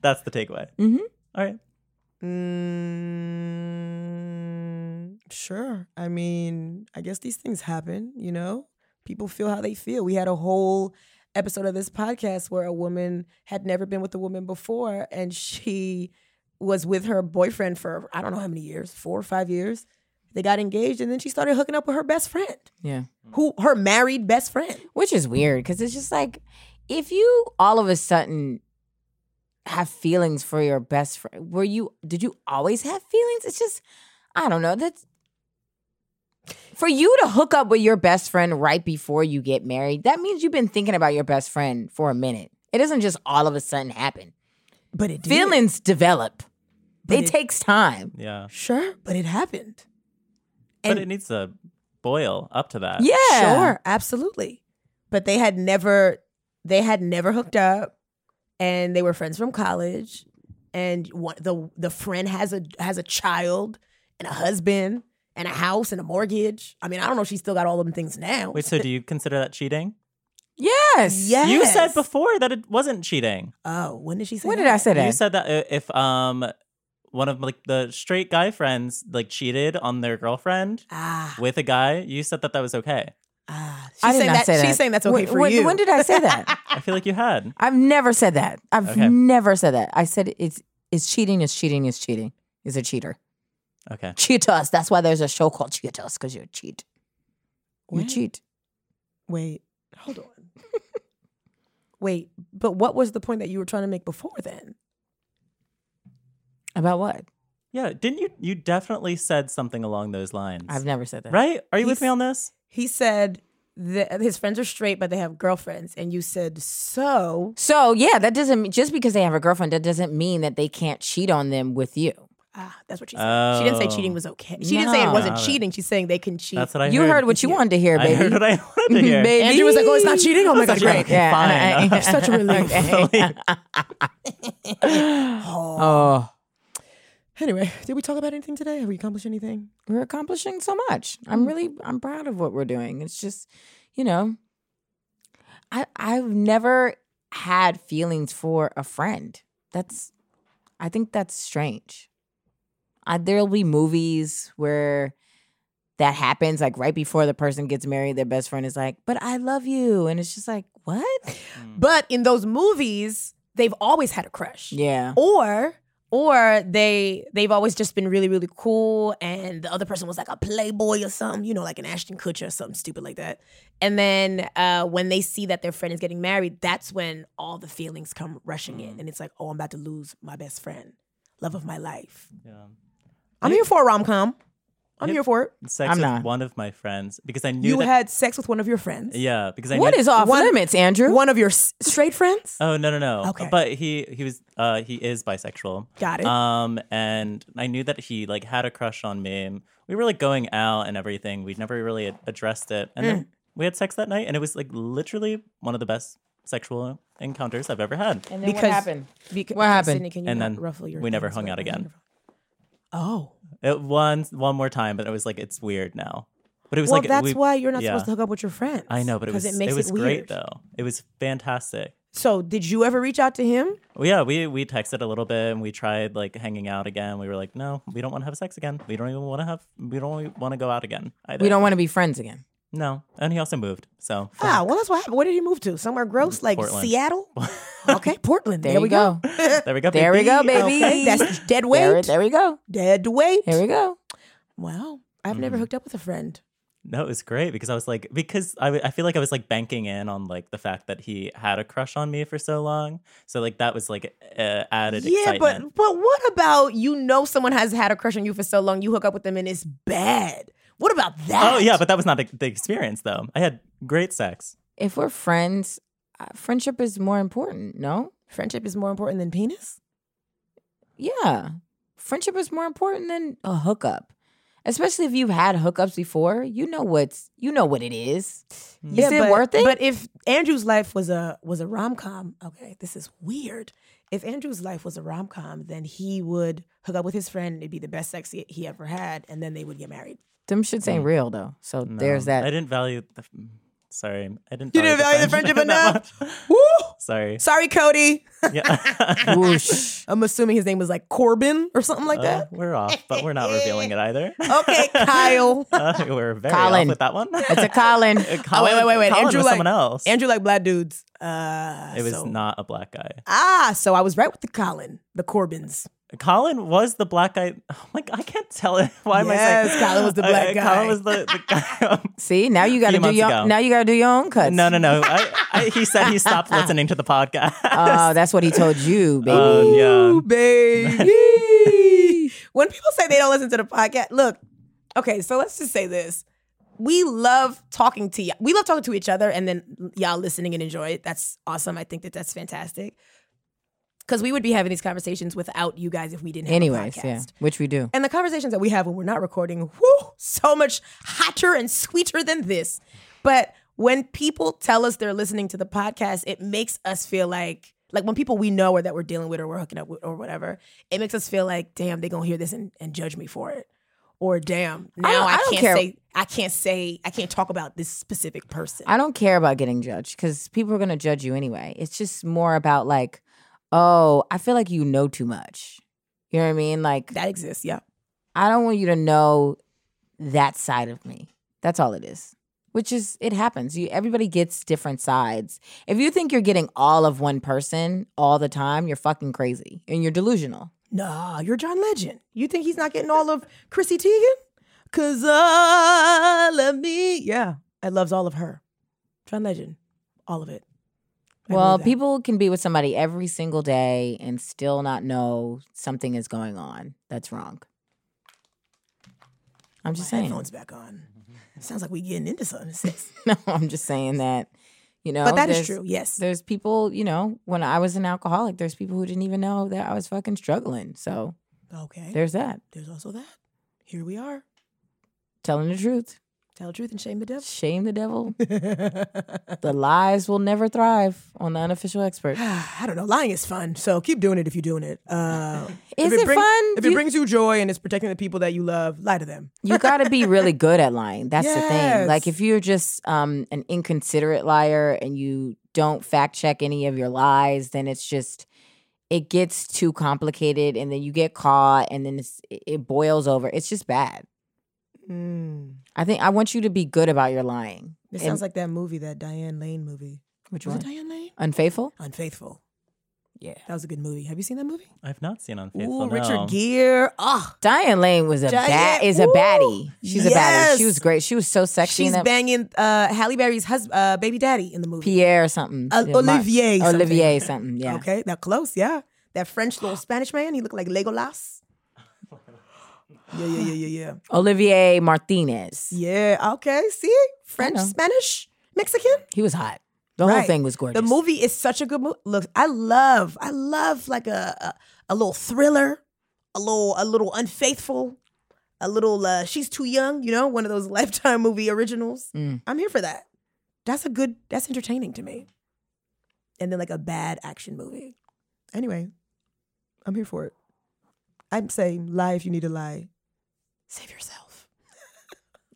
[SPEAKER 4] That's the takeaway.
[SPEAKER 3] Mhm.
[SPEAKER 4] All right.
[SPEAKER 2] Mm, sure. I mean, I guess these things happen, you know? People feel how they feel. We had a whole episode of this podcast where a woman had never been with a woman before and she was with her boyfriend for I don't know how many years, four or five years. They got engaged and then she started hooking up with her best friend,
[SPEAKER 3] Yeah,
[SPEAKER 2] who her married best friend.
[SPEAKER 3] which is weird because it's just like if you all of a sudden have feelings for your best friend. Were you? Did you always have feelings? It's just I don't know. That's for you to hook up with your best friend right before you get married. That means you've been thinking about your best friend for a minute. It doesn't just all of a sudden happen.
[SPEAKER 2] But it did.
[SPEAKER 3] feelings develop.
[SPEAKER 2] But
[SPEAKER 3] it,
[SPEAKER 2] it-
[SPEAKER 3] takes time.
[SPEAKER 4] Yeah.
[SPEAKER 2] Sure, but it happened.
[SPEAKER 4] but it needs to boil up to that.
[SPEAKER 3] Yeah.
[SPEAKER 2] Uh, Sure, absolutely. But they had never they had never hooked up and they were friends from college and one, the the friend has a has a child and a husband and a house and a mortgage. I mean, I don't know if she's still got all them things now.
[SPEAKER 4] Wait, so do you consider that cheating?
[SPEAKER 3] Yes.
[SPEAKER 2] yes.
[SPEAKER 4] You said before that it wasn't cheating.
[SPEAKER 2] Oh, when did she say
[SPEAKER 3] When did I say
[SPEAKER 4] You
[SPEAKER 3] that?
[SPEAKER 4] said that uh, if um one of like the straight guy friends like cheated on their girlfriend
[SPEAKER 2] Ah,
[SPEAKER 4] with a guy, you said that that was okay.
[SPEAKER 2] ah. She's
[SPEAKER 3] I did
[SPEAKER 2] saying
[SPEAKER 3] not
[SPEAKER 2] that,
[SPEAKER 3] say that.
[SPEAKER 2] She's saying that's okay
[SPEAKER 3] Wh-
[SPEAKER 2] for
[SPEAKER 3] when,
[SPEAKER 2] you.
[SPEAKER 3] When did I say that?
[SPEAKER 4] I feel like you had.
[SPEAKER 3] I've never said that. I've
[SPEAKER 4] Okay.
[SPEAKER 3] never said that. I said it's it's cheating. It's cheating. It's cheating. Is a cheater.
[SPEAKER 4] Okay.
[SPEAKER 3] Cheaters. That's why there's a show called Cheaters because you're a cheat. You
[SPEAKER 2] What?
[SPEAKER 3] cheat.
[SPEAKER 2] <laughs> Wait, hold
[SPEAKER 3] <laughs>
[SPEAKER 2] on. Wait, but what was the point that you were trying to make before then?
[SPEAKER 3] About what?
[SPEAKER 4] Yeah, didn't you you definitely said something along those lines.
[SPEAKER 3] I've never said that.
[SPEAKER 4] Right? Are you with
[SPEAKER 2] He's-
[SPEAKER 4] me on this?
[SPEAKER 2] He said that his friends are straight, but they have girlfriends. And you said, so
[SPEAKER 3] So yeah, that doesn't mean- just because they have a girlfriend that doesn't mean that they can't cheat on them with you.
[SPEAKER 2] ah, that's what she said. She didn't say cheating
[SPEAKER 4] Oh.
[SPEAKER 2] was okay. She didn't say it
[SPEAKER 3] No.
[SPEAKER 2] wasn't
[SPEAKER 4] Got it.
[SPEAKER 2] cheating. She's saying they can cheat.
[SPEAKER 4] That's what I
[SPEAKER 3] you
[SPEAKER 4] heard.
[SPEAKER 3] heard, what you wanted to hear,
[SPEAKER 4] <laughs> I
[SPEAKER 3] baby.
[SPEAKER 4] heard what I
[SPEAKER 3] <laughs>
[SPEAKER 4] wanted to hear.
[SPEAKER 3] baby.
[SPEAKER 2] Andrew was like, oh, it's not cheating? Oh my God,
[SPEAKER 4] Such a-
[SPEAKER 2] great.
[SPEAKER 4] okay, fine.
[SPEAKER 3] I- I-
[SPEAKER 2] Such a relief.
[SPEAKER 3] Okay. <laughs> oh,
[SPEAKER 2] Anyway, did we talk about anything today? Have we accomplished anything?
[SPEAKER 3] we're accomplishing so much.
[SPEAKER 2] Mm.
[SPEAKER 3] I'm really, I'm proud of what we're doing. It's just, you know, I I've never had feelings for a friend. That's, I think that's strange. I, there'll be movies where that happens, like right before the person gets married, their best friend is like, "But I love you," and it's just like, what?
[SPEAKER 2] <laughs> But in those movies, they've always had a crush.
[SPEAKER 3] Yeah.
[SPEAKER 2] Or or they they've always just been really really cool and the other person was like a playboy or something you know like an ashton kutcher or something stupid like that and then uh, when they see that their friend is getting married that's when all the feelings come rushing
[SPEAKER 4] Mm.
[SPEAKER 2] in and it's like oh i'm about to lose my best friend love of my life
[SPEAKER 4] Yeah.
[SPEAKER 2] i'm here for a rom-com I'm
[SPEAKER 4] Yep.
[SPEAKER 2] here for it.
[SPEAKER 4] Sex
[SPEAKER 3] I'm
[SPEAKER 4] with
[SPEAKER 3] not.
[SPEAKER 4] one of my friends because I knew
[SPEAKER 2] You
[SPEAKER 4] that.
[SPEAKER 2] had sex with one of your friends.
[SPEAKER 4] yeah, because I
[SPEAKER 3] What
[SPEAKER 4] knew,
[SPEAKER 3] is off
[SPEAKER 2] One-
[SPEAKER 3] limits, Andrew?
[SPEAKER 2] One of your s- straight friends.
[SPEAKER 4] Oh no no no.
[SPEAKER 2] Okay.
[SPEAKER 4] But he he was uh he is bisexual.
[SPEAKER 2] Got it.
[SPEAKER 4] Um and I knew that he like had a crush on me. We were like going out and everything. We'd never really ad- addressed it. And
[SPEAKER 2] Mm.
[SPEAKER 4] then we had sex that night and it was like literally one of the best sexual encounters I've ever had.
[SPEAKER 3] and then
[SPEAKER 2] because-
[SPEAKER 3] what happened?
[SPEAKER 2] Beca-
[SPEAKER 3] What happened?
[SPEAKER 2] Sydney, can you
[SPEAKER 4] And
[SPEAKER 2] not
[SPEAKER 4] then
[SPEAKER 2] ruffle your
[SPEAKER 4] we never
[SPEAKER 2] things
[SPEAKER 4] hung
[SPEAKER 2] about
[SPEAKER 4] out
[SPEAKER 2] my
[SPEAKER 4] again.
[SPEAKER 2] microphone? Oh.
[SPEAKER 4] It one one more time but it was like it's weird now. But it was
[SPEAKER 2] Well,
[SPEAKER 4] like
[SPEAKER 2] that's
[SPEAKER 4] we-
[SPEAKER 2] why you're not
[SPEAKER 4] yeah.
[SPEAKER 2] supposed to hook up with your friends.
[SPEAKER 4] I know, but it
[SPEAKER 2] 'cause
[SPEAKER 4] was
[SPEAKER 2] it makes
[SPEAKER 4] was
[SPEAKER 2] weird.
[SPEAKER 4] great though. It was fantastic.
[SPEAKER 2] So, did you ever reach out to him?
[SPEAKER 4] Well, yeah, we we texted a little bit and we tried like hanging out again. We were like, no, we don't want to have sex again. We don't even want to have. We don't want to go out again either.
[SPEAKER 3] We don't want to be friends again.
[SPEAKER 4] No, and he also moved. So
[SPEAKER 2] Ah, well, that's what happened. Where did he move to? Somewhere gross, like
[SPEAKER 4] Mm, Portland. <laughs>
[SPEAKER 2] Seattle. okay, Portland.
[SPEAKER 3] There,
[SPEAKER 2] There,
[SPEAKER 3] we
[SPEAKER 2] we go.
[SPEAKER 3] go.
[SPEAKER 4] there we go.
[SPEAKER 3] There we go, baby.
[SPEAKER 2] Okay, that's <laughs> dead weight.
[SPEAKER 3] There, there we go.
[SPEAKER 2] dead weight.
[SPEAKER 3] Here we go.
[SPEAKER 2] Wow, I've
[SPEAKER 4] Mm.
[SPEAKER 2] never hooked up with a friend.
[SPEAKER 4] No, it was great because I was like, because I, w- I feel like I was like banking in on like the fact that he had a crush on me for so long. So like that was like uh, added
[SPEAKER 2] Yeah, but
[SPEAKER 4] excitement.
[SPEAKER 2] but what about you know someone has had a crush on you for so long, you hook up with them and it's bad. What about that?
[SPEAKER 4] oh yeah, but that was not a, the experience though. I had great sex.
[SPEAKER 3] If we're friends, uh, friendship is more important, no?
[SPEAKER 2] friendship is more important than penis.
[SPEAKER 3] Yeah. Friendship is more important than a hookup. Especially if you've had hookups before, you know what's you know what it is. Is it
[SPEAKER 2] but,
[SPEAKER 3] worth it?
[SPEAKER 2] But if Andrew's life was a was a rom com, okay, this is weird. If Andrew's life was a rom com, then he would hook up with his friend. It'd be the best sex he, he ever had, and then they would get married.
[SPEAKER 3] Them shits ain't real though. So
[SPEAKER 4] Mm. No,
[SPEAKER 3] there's that.
[SPEAKER 4] I didn't value the. mm, Sorry, I didn't.
[SPEAKER 2] You didn't value the friendship
[SPEAKER 4] <laughs> that much.
[SPEAKER 2] Woo!
[SPEAKER 4] Sorry.
[SPEAKER 2] Sorry, Cody. <laughs>
[SPEAKER 4] Yeah.
[SPEAKER 3] Whoosh.
[SPEAKER 2] I'm assuming his name was like Corbin or something like
[SPEAKER 4] Uh,
[SPEAKER 2] that.
[SPEAKER 4] we're off, but we're not revealing it
[SPEAKER 2] <laughs>
[SPEAKER 4] either.
[SPEAKER 2] Okay, Kyle.
[SPEAKER 4] <laughs> Uh, we're very
[SPEAKER 3] Colin.
[SPEAKER 4] off with that one.
[SPEAKER 3] <laughs>
[SPEAKER 4] <laughs>
[SPEAKER 3] It's a Colin. Oh,
[SPEAKER 4] Colin,
[SPEAKER 2] Oh, wait, wait, wait, wait.
[SPEAKER 4] Colin
[SPEAKER 2] Andrew,
[SPEAKER 4] was
[SPEAKER 2] like-
[SPEAKER 4] someone else.
[SPEAKER 2] Andrew like black dudes. Uh,
[SPEAKER 4] it was
[SPEAKER 2] so-
[SPEAKER 4] not a black guy.
[SPEAKER 2] Ah, so I was right with the Colin, the Corbins.
[SPEAKER 4] Colin was the black guy. Oh my god, I can't tell it. Why am <laughs> I
[SPEAKER 2] Yes,
[SPEAKER 4] saying
[SPEAKER 2] Colin was the black guy.
[SPEAKER 4] Colin was the, the guy. <laughs>
[SPEAKER 3] See, now you gotta do
[SPEAKER 4] Few months
[SPEAKER 3] your
[SPEAKER 4] ago.
[SPEAKER 3] now you gotta do your own cuts.
[SPEAKER 4] no, no, no. I, I, he said
[SPEAKER 2] <laughs>
[SPEAKER 4] he stopped
[SPEAKER 2] Ah.
[SPEAKER 4] listening to the podcast. <laughs>
[SPEAKER 3] Oh, that's what he told you, baby.
[SPEAKER 2] Oh.
[SPEAKER 4] Um, yeah.
[SPEAKER 2] Ooh,
[SPEAKER 3] <laughs>
[SPEAKER 2] baby. when people say they don't listen to the podcast, look, okay, so let's just say this. We love talking to you. We love talking to each other and then y'all listening and enjoy it. That's awesome. I think that that's fantastic. Because we would be having these conversations without you guys if we didn't have
[SPEAKER 3] Anyways,
[SPEAKER 2] a podcast.
[SPEAKER 3] yeah. Which we do.
[SPEAKER 2] And the conversations that we have when we're not recording, whoo, so much hotter and sweeter than this. But when people tell us they're listening to the podcast, it makes us feel like, like when people we know or that we're dealing with or we're hooking up with or whatever, it makes us feel like, damn, they're gonna hear this and, and judge me for it. Or damn, now
[SPEAKER 3] don't-
[SPEAKER 2] I,
[SPEAKER 3] I don't
[SPEAKER 2] can't
[SPEAKER 3] care.
[SPEAKER 2] say I can't say I can't talk about this specific person.
[SPEAKER 3] I don't care about getting judged because people are gonna judge you anyway. It's just more about like, oh, I feel like you know too much. You know what I mean? Like
[SPEAKER 2] that exists, yeah.
[SPEAKER 3] I don't want you to know that side of me. That's all it is. Which is it happens. You everybody gets different sides. If you think you're getting all of one person all the time, you're fucking crazy and you're delusional.
[SPEAKER 2] Nah, you're John Legend. You think he's not getting all of Chrissy Teigen? Cause all of me, yeah, I loves all of her. John Legend, all of it. I believe
[SPEAKER 3] well,
[SPEAKER 2] that.
[SPEAKER 3] people can be with somebody every single day and still not know something is going on. That's wrong.
[SPEAKER 2] My
[SPEAKER 3] I'm just saying.
[SPEAKER 2] headphones back on. Sounds like we getting into something,
[SPEAKER 3] <laughs>
[SPEAKER 2] sis.
[SPEAKER 3] No, I'm just saying that, you know.
[SPEAKER 2] but that is
[SPEAKER 3] there's-
[SPEAKER 2] true. Yes,
[SPEAKER 3] There's people, you know, when I was an alcoholic, there's people who didn't even know that I was fucking struggling. So
[SPEAKER 2] okay.
[SPEAKER 3] there's that.
[SPEAKER 2] There's also that. Here we are.
[SPEAKER 3] Telling the truth.
[SPEAKER 2] Tell the truth and shame the devil.
[SPEAKER 3] Shame
[SPEAKER 2] <laughs>
[SPEAKER 3] the devil. the lies will never thrive on the unofficial expert.
[SPEAKER 2] <sighs> I don't know. Lying is fun, so keep doing it if you're doing it.
[SPEAKER 3] <laughs>
[SPEAKER 2] Uh, <sighs> if
[SPEAKER 3] Is
[SPEAKER 2] it,
[SPEAKER 3] it
[SPEAKER 2] brings-
[SPEAKER 3] fun?
[SPEAKER 2] If
[SPEAKER 3] Do
[SPEAKER 2] it
[SPEAKER 3] you-
[SPEAKER 2] brings you joy and it's protecting the people that you love, lie to them.
[SPEAKER 3] You got to be really good at lying. That's the thing. Like
[SPEAKER 2] Yes.
[SPEAKER 3] if you're just um, an inconsiderate liar and you don't fact check any of your lies, then it's just it gets too complicated, and then you get caught, and then it's, it- it boils over. It's just bad. I think I want you to be good about your lying.
[SPEAKER 2] It
[SPEAKER 3] And-
[SPEAKER 2] sounds like that movie, that Diane Lane movie.
[SPEAKER 3] which
[SPEAKER 2] Was
[SPEAKER 3] one?
[SPEAKER 2] it Diane Lane?
[SPEAKER 3] Unfaithful.
[SPEAKER 2] Unfaithful.
[SPEAKER 3] Yeah.
[SPEAKER 2] That was a good movie. Have you seen that movie?
[SPEAKER 4] I've not seen on
[SPEAKER 2] Ooh,
[SPEAKER 4] Facebook.
[SPEAKER 2] Richard Gere. Ah,
[SPEAKER 3] Diane Lane was a
[SPEAKER 2] Diane-
[SPEAKER 3] bad is a
[SPEAKER 2] Woo!
[SPEAKER 3] baddie. She's a baddie.
[SPEAKER 2] Yes!
[SPEAKER 3] She was great. She was so sexy. in
[SPEAKER 2] she's
[SPEAKER 3] that
[SPEAKER 2] banging uh, Halle Berry's hus- uh, baby daddy in the movie.
[SPEAKER 3] Pierre or something.
[SPEAKER 2] Uh,
[SPEAKER 3] Yeah, Mar-
[SPEAKER 2] Olivier something.
[SPEAKER 3] Olivier something. Yeah.
[SPEAKER 2] <gasps> Okay, that close. Yeah, that French little Spanish man. He looked like Legolas. Yeah, yeah, yeah, yeah, yeah.
[SPEAKER 3] Olivier Martinez.
[SPEAKER 2] <laughs> Yeah, okay. See? French,
[SPEAKER 3] know.
[SPEAKER 2] Spanish, Mexican.
[SPEAKER 3] He was hot. The whole
[SPEAKER 2] Right.
[SPEAKER 3] thing was gorgeous.
[SPEAKER 2] The movie is such a good movie. Look, I love, I love like a, a a little thriller, a little a little unfaithful, a little uh, she's too young. You know, one of those <laughs> lifetime movie originals.
[SPEAKER 3] Mm.
[SPEAKER 2] I'm here for that. That's a good. That's entertaining to me. And then like a bad action movie. Anyway, I'm here for it. I'm saying lie if you need to lie. Save yourself.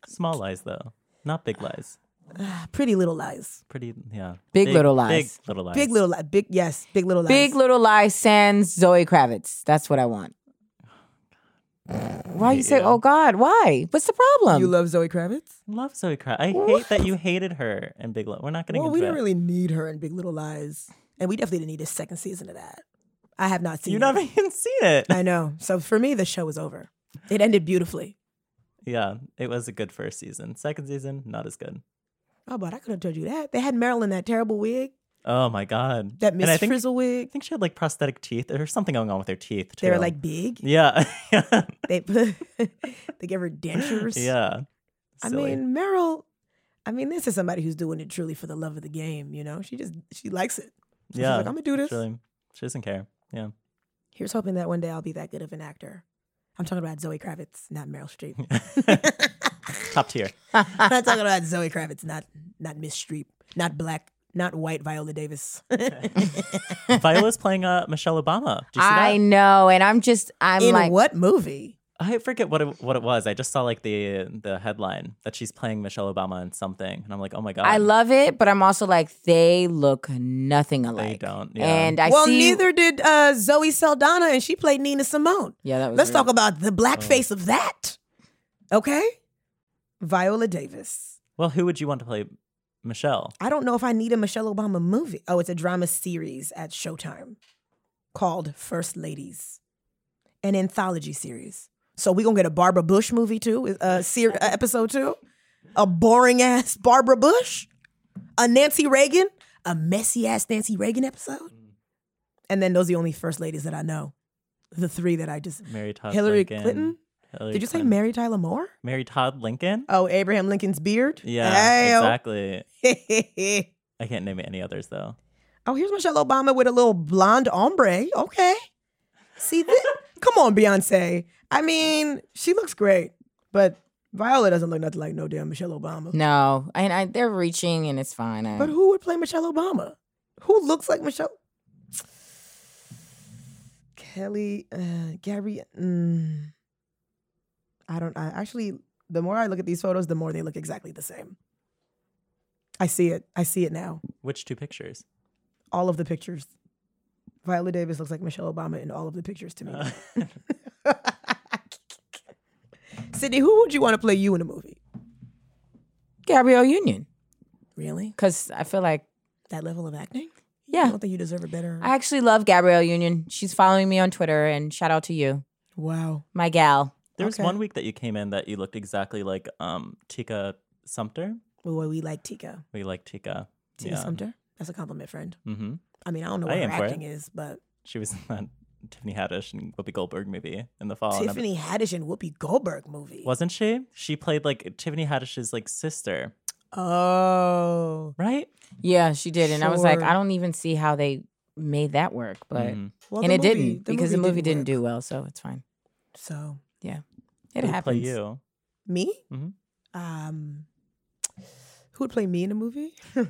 [SPEAKER 4] Small lies though, not big lies.
[SPEAKER 2] Ah, pretty little lies.
[SPEAKER 4] Pretty yeah.
[SPEAKER 3] Big Little Lies.
[SPEAKER 4] Big little lies.
[SPEAKER 2] Big little lie. Big yes. Big little lies.
[SPEAKER 3] Big Little Lies sans Zoe Kravitz. That's what I want. Why you say,
[SPEAKER 4] Yeah.
[SPEAKER 3] oh God, why? What's the problem?
[SPEAKER 2] You love Zoe Kravitz.
[SPEAKER 4] Love Zoe Kravitz. I hate that you hated her in Big Little. We're not getting
[SPEAKER 2] Well,
[SPEAKER 4] into
[SPEAKER 2] we
[SPEAKER 4] that.
[SPEAKER 2] didn't really need her in Big Little Lies, and we definitely didn't need a second season of that. I have not seen.
[SPEAKER 4] You've
[SPEAKER 2] it.
[SPEAKER 4] never even seen it.
[SPEAKER 2] <laughs> I know. So for me, the show was over. It ended beautifully.
[SPEAKER 4] Yeah, it was a good first season. Second season, not as good.
[SPEAKER 2] Oh, but I could have told you that they had Marilyn that terrible wig,
[SPEAKER 4] Oh my god.
[SPEAKER 2] that
[SPEAKER 4] And
[SPEAKER 2] Miss
[SPEAKER 4] I think,
[SPEAKER 2] Frizzle
[SPEAKER 4] I
[SPEAKER 2] wig.
[SPEAKER 4] think she had like prosthetic teeth or something going on with her teeth too.
[SPEAKER 2] They were like big.
[SPEAKER 4] yeah,
[SPEAKER 2] They put, <laughs> they gave her
[SPEAKER 4] <laughs>
[SPEAKER 2] dentures.
[SPEAKER 4] yeah.
[SPEAKER 2] I
[SPEAKER 4] Silly.
[SPEAKER 2] mean, Meryl. I mean, this is somebody who's doing it truly for the love of the game. You know, she just she likes it. So
[SPEAKER 4] yeah.
[SPEAKER 2] she's like, I'm gonna do this.
[SPEAKER 4] Really, she doesn't care. Yeah.
[SPEAKER 2] Here's hoping that one day I'll be that good of an actor. I'm talking about Zoe Kravitz, not Meryl Streep.
[SPEAKER 4] Top tier.
[SPEAKER 2] I'm not talking about Zoe Kravitz, not not Miss Streep, not black, not white Viola
[SPEAKER 3] <laughs>
[SPEAKER 2] Davis.
[SPEAKER 4] Viola's playing uh, Michelle Obama. Do you see
[SPEAKER 3] I
[SPEAKER 4] that?
[SPEAKER 3] know, and I'm just, I'm
[SPEAKER 2] In
[SPEAKER 3] like,
[SPEAKER 2] what movie?
[SPEAKER 4] I forget what it, what it was. I just saw like the the headline that she's playing Michelle Obama in something, and I'm like, oh my god.
[SPEAKER 3] I love it, but I'm also like, they look nothing
[SPEAKER 4] They
[SPEAKER 3] alike.
[SPEAKER 4] don't. Yeah.
[SPEAKER 3] And I
[SPEAKER 2] well,
[SPEAKER 3] see,
[SPEAKER 2] neither did uh, Zoe Saldana, and she played Nina Simone.
[SPEAKER 3] Oh, Yeah, that was.
[SPEAKER 2] Let's
[SPEAKER 3] real.
[SPEAKER 2] talk about the blackface face of that. Okay, Viola Davis.
[SPEAKER 4] well, who would you want to play Michelle?
[SPEAKER 2] I don't know if I need a Michelle Obama movie. Oh, it's a drama series at Showtime called First Ladies, an anthology series. So we gonna get a Barbara Bush movie too, uh, ser- uh, episode two, a boring ass Barbara Bush, a Nancy Reagan, a messy ass Nancy Reagan episode,
[SPEAKER 4] Mm.
[SPEAKER 2] and then those are the only First Ladies that I know. The three that I just
[SPEAKER 4] Mary Todd
[SPEAKER 2] Hillary
[SPEAKER 4] Lincoln,
[SPEAKER 2] Clinton?
[SPEAKER 4] Hillary
[SPEAKER 2] did you say
[SPEAKER 4] Clinton.
[SPEAKER 2] Mary Tyler Moore?
[SPEAKER 4] Mary Todd Lincoln?
[SPEAKER 2] Oh, Abraham Lincoln's beard.
[SPEAKER 4] Yeah,
[SPEAKER 2] Ayo.
[SPEAKER 4] exactly.
[SPEAKER 2] <laughs>
[SPEAKER 4] I can't name any others though.
[SPEAKER 2] Oh, here's Michelle Obama with a little blonde ombre. Okay. See, thi- come on, Beyonce. I mean, she looks great, but Viola doesn't look nothing like no damn Michelle Obama.
[SPEAKER 3] No, and I, they're reaching, and it's fine. I,
[SPEAKER 2] But who would play Michelle Obama? Who looks like Michelle? Kelly, uh, Gary. Mm, I don't. I actually, the more I look at these photos, the more they look exactly the same. I see it. I see it now.
[SPEAKER 4] Which two pictures?
[SPEAKER 2] All of the pictures. Viola Davis looks like Michelle Obama in all of the pictures to me.
[SPEAKER 4] Uh,
[SPEAKER 2] <laughs> Sydney, who would you want to play you in a movie?
[SPEAKER 3] Gabrielle Union,
[SPEAKER 2] Really?
[SPEAKER 3] because I feel like,
[SPEAKER 2] That level of acting? I
[SPEAKER 3] yeah,
[SPEAKER 2] don't think you deserve a better.
[SPEAKER 3] I actually love Gabrielle Union. She's following me on Twitter, and shout out to you,
[SPEAKER 2] wow.
[SPEAKER 3] my gal.
[SPEAKER 4] there was
[SPEAKER 2] Okay.
[SPEAKER 4] one week that you came in that you looked exactly like um Tika Sumter.
[SPEAKER 2] Well, we like Tika.
[SPEAKER 4] We like Tika.
[SPEAKER 2] Tika Sumter. That's a compliment, friend.
[SPEAKER 4] Mm-hmm.
[SPEAKER 2] I mean, I don't know
[SPEAKER 4] I
[SPEAKER 2] what her
[SPEAKER 4] am for it.
[SPEAKER 2] acting is, but
[SPEAKER 4] She was <laughs> in that Tiffany Haddish and Whoopi Goldberg movie in the fall. and I'm-
[SPEAKER 2] Tiffany Haddish and Whoopi Goldberg movie.
[SPEAKER 4] Wasn't she? She played like Tiffany Haddish's like sister,
[SPEAKER 2] Oh.
[SPEAKER 4] right?
[SPEAKER 3] Yeah, she did, and I was like,
[SPEAKER 2] Sure.
[SPEAKER 3] I don't even see how they made that work, but
[SPEAKER 4] Mhm.
[SPEAKER 2] Well,
[SPEAKER 3] and
[SPEAKER 2] the
[SPEAKER 3] it
[SPEAKER 2] movie-
[SPEAKER 3] didn't because the movie didn't,
[SPEAKER 2] work.
[SPEAKER 3] do well, so it's fine.
[SPEAKER 2] So
[SPEAKER 3] It
[SPEAKER 4] Who'd
[SPEAKER 3] happens.
[SPEAKER 4] Play you.
[SPEAKER 2] me,
[SPEAKER 4] Mhm.
[SPEAKER 2] um, who would play me in a movie? <laughs>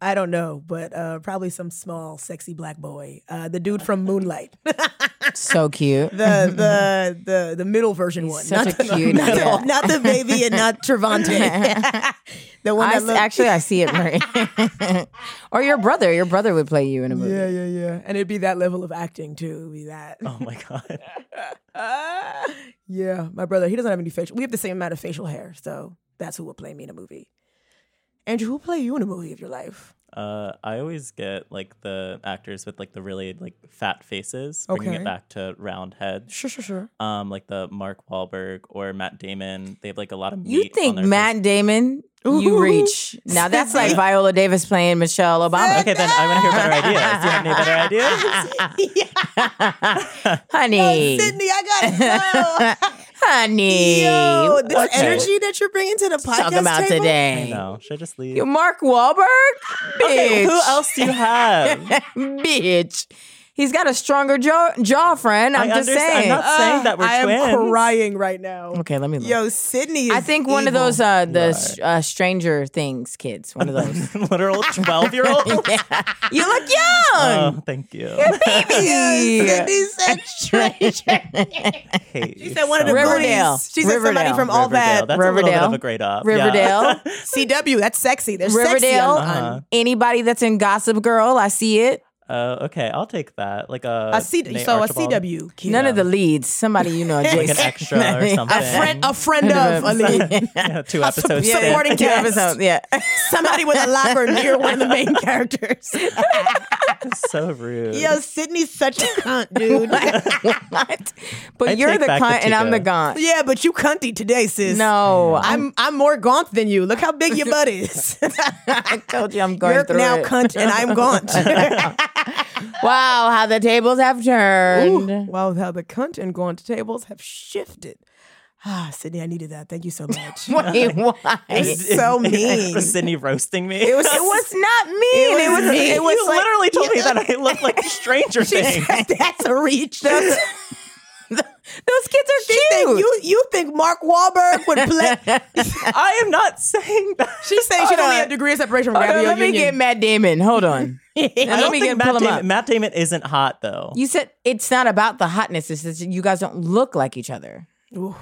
[SPEAKER 2] I don't know, but uh, probably some small, sexy black boy, uh, the dude from Moonlight, <laughs> the
[SPEAKER 3] So cute.
[SPEAKER 2] the the the middle version
[SPEAKER 3] He's
[SPEAKER 2] one,
[SPEAKER 3] such
[SPEAKER 2] not
[SPEAKER 3] a
[SPEAKER 2] the,
[SPEAKER 3] cutie.
[SPEAKER 2] not,
[SPEAKER 3] Yeah.
[SPEAKER 2] the, not the baby and
[SPEAKER 3] <laughs>
[SPEAKER 2] not Trevante, <laughs> the one
[SPEAKER 3] I
[SPEAKER 2] that
[SPEAKER 3] s-
[SPEAKER 2] looked-
[SPEAKER 3] actually I see it, Marie. <laughs> or your brother. Your brother would play you in a movie.
[SPEAKER 2] Yeah, yeah, yeah. And it'd be that level of acting too. It'd be that.
[SPEAKER 4] Oh my <laughs> god. <laughs>
[SPEAKER 2] yeah, my brother, he doesn't have any facial. We have the same amount of facial hair, so that's who will play me in a movie. Andrew, who will play you in a movie of your life?
[SPEAKER 4] Uh, I always get like the actors with like the really like fat faces, bringing
[SPEAKER 2] Okay.
[SPEAKER 4] it back to round heads.
[SPEAKER 2] Sure, sure, sure.
[SPEAKER 4] Um, like the Mark Wahlberg or Matt Damon. They have like a lot of meat
[SPEAKER 3] You
[SPEAKER 4] on
[SPEAKER 3] think
[SPEAKER 4] their face.
[SPEAKER 3] Matt Damon you reach.
[SPEAKER 2] <laughs>
[SPEAKER 3] Now that's like Viola Davis playing Michelle Obama.
[SPEAKER 4] Okay, then I want to hear
[SPEAKER 2] <laughs>
[SPEAKER 4] better ideas. Do you have any better ideas?
[SPEAKER 3] Honey.
[SPEAKER 2] Uh, Sydney,
[SPEAKER 3] <laughs>
[SPEAKER 2] I gotta go.
[SPEAKER 3] Honey.
[SPEAKER 2] Yo, this
[SPEAKER 4] Okay.
[SPEAKER 2] energy that you're bringing to the podcast
[SPEAKER 3] talk about
[SPEAKER 2] table?
[SPEAKER 4] I
[SPEAKER 3] today.
[SPEAKER 4] know. Should I just leave?
[SPEAKER 3] You Mark Wahlberg? Bitch.
[SPEAKER 4] Hey, who else do
[SPEAKER 2] <laughs>
[SPEAKER 4] you have?
[SPEAKER 3] Bitch. He's got a stronger jaw, jaw friend. I'm
[SPEAKER 4] I
[SPEAKER 3] just
[SPEAKER 4] understand-
[SPEAKER 3] saying.
[SPEAKER 4] I'm not saying that we're
[SPEAKER 2] uh, I
[SPEAKER 4] twins.
[SPEAKER 2] am crying right now.
[SPEAKER 3] okay, let me look.
[SPEAKER 2] Yo, Sydney is
[SPEAKER 3] I think one of
[SPEAKER 2] evil.
[SPEAKER 3] those uh the s- uh, Stranger Things kids, one of
[SPEAKER 4] <laughs>
[SPEAKER 3] those.
[SPEAKER 2] <laughs>
[SPEAKER 4] Literal twelve-year-old.
[SPEAKER 3] you look
[SPEAKER 2] Uh,
[SPEAKER 3] young.
[SPEAKER 4] Oh, thank
[SPEAKER 3] <laughs>
[SPEAKER 4] you.
[SPEAKER 2] Sydney said stranger.
[SPEAKER 4] Hey, you
[SPEAKER 2] said one of the
[SPEAKER 3] Riverdale.
[SPEAKER 2] booties. She said somebody
[SPEAKER 3] Riverdale.
[SPEAKER 2] from all that.
[SPEAKER 4] That's a little bit of
[SPEAKER 3] Riverdale.
[SPEAKER 4] a grade up. yeah.
[SPEAKER 3] Riverdale.
[SPEAKER 4] <laughs>
[SPEAKER 2] CW, that's sexy. They're sexy.
[SPEAKER 3] Riverdale.
[SPEAKER 2] on- on-
[SPEAKER 4] Uh-huh.
[SPEAKER 3] Anybody that's in Gossip Girl, I see it.
[SPEAKER 4] Uh, okay, I'll take that. Like a,
[SPEAKER 2] A C-
[SPEAKER 4] Nate
[SPEAKER 2] so a
[SPEAKER 4] Archibald.
[SPEAKER 2] CW kid.
[SPEAKER 3] None of the leads. Somebody you know,
[SPEAKER 4] like an
[SPEAKER 3] adjacent.
[SPEAKER 4] extra or something.
[SPEAKER 2] A friend, a friend of a lead.
[SPEAKER 4] <laughs> yeah, two episodes.
[SPEAKER 3] Yeah,
[SPEAKER 4] in.
[SPEAKER 2] supporting
[SPEAKER 3] yeah, yeah.
[SPEAKER 2] cast. <laughs>
[SPEAKER 3] Yeah.
[SPEAKER 2] Somebody with a locker
[SPEAKER 3] <laughs>
[SPEAKER 2] near one of the main characters.
[SPEAKER 4] <laughs>
[SPEAKER 3] <laughs>
[SPEAKER 4] so rude.
[SPEAKER 2] Yo, Sydney's such a cunt, dude.
[SPEAKER 3] what? But
[SPEAKER 4] I
[SPEAKER 3] you're
[SPEAKER 4] take
[SPEAKER 3] the
[SPEAKER 4] back the
[SPEAKER 3] cunt and I'm the
[SPEAKER 4] chica.
[SPEAKER 3] gaunt.
[SPEAKER 2] yeah, but you cunty today, sis.
[SPEAKER 3] No, I'm,
[SPEAKER 2] I'm I'm more gaunt than you. Look how big your butt is.
[SPEAKER 3] <laughs> I told you I'm going
[SPEAKER 2] You're
[SPEAKER 3] through
[SPEAKER 2] now
[SPEAKER 3] it.
[SPEAKER 2] cunt and I'm gaunt. <laughs>
[SPEAKER 3] <laughs> wow, how the tables have turned.
[SPEAKER 2] Well, how the cunt and gaunt tables have shifted. Ah, Sydney, I needed that. Thank you so
[SPEAKER 3] <laughs>
[SPEAKER 2] much.
[SPEAKER 3] <laughs> Wait, why?
[SPEAKER 2] It's
[SPEAKER 4] <laughs>
[SPEAKER 2] so mean.
[SPEAKER 4] Was Sydney roasting me?
[SPEAKER 3] It was, it
[SPEAKER 4] <laughs>
[SPEAKER 3] was not mean. It was,
[SPEAKER 2] was mean.
[SPEAKER 3] it was
[SPEAKER 4] you
[SPEAKER 2] like-
[SPEAKER 4] literally told me that I look like Stranger
[SPEAKER 3] <laughs>
[SPEAKER 4] Things.
[SPEAKER 2] That's a reach. That's,
[SPEAKER 3] those kids are
[SPEAKER 2] she
[SPEAKER 3] cute.
[SPEAKER 2] think you you think Mark Wahlberg would play?
[SPEAKER 3] <laughs>
[SPEAKER 4] <laughs> I am not saying that.
[SPEAKER 2] She's saying she
[SPEAKER 3] Hold
[SPEAKER 2] don't
[SPEAKER 3] on.
[SPEAKER 2] need a degree of separation from
[SPEAKER 3] Hold on,
[SPEAKER 2] Gabrielle
[SPEAKER 3] let me get
[SPEAKER 2] Union.
[SPEAKER 3] Matt Damon. Hold on.
[SPEAKER 4] I
[SPEAKER 3] let
[SPEAKER 4] don't
[SPEAKER 3] me
[SPEAKER 4] think
[SPEAKER 3] get pull
[SPEAKER 4] Matt
[SPEAKER 3] him up.
[SPEAKER 4] Damon, Matt Damon isn't hot though.
[SPEAKER 3] <laughs> You said it's not about the hotness. It's that you guys don't look like each other.
[SPEAKER 2] Ooh.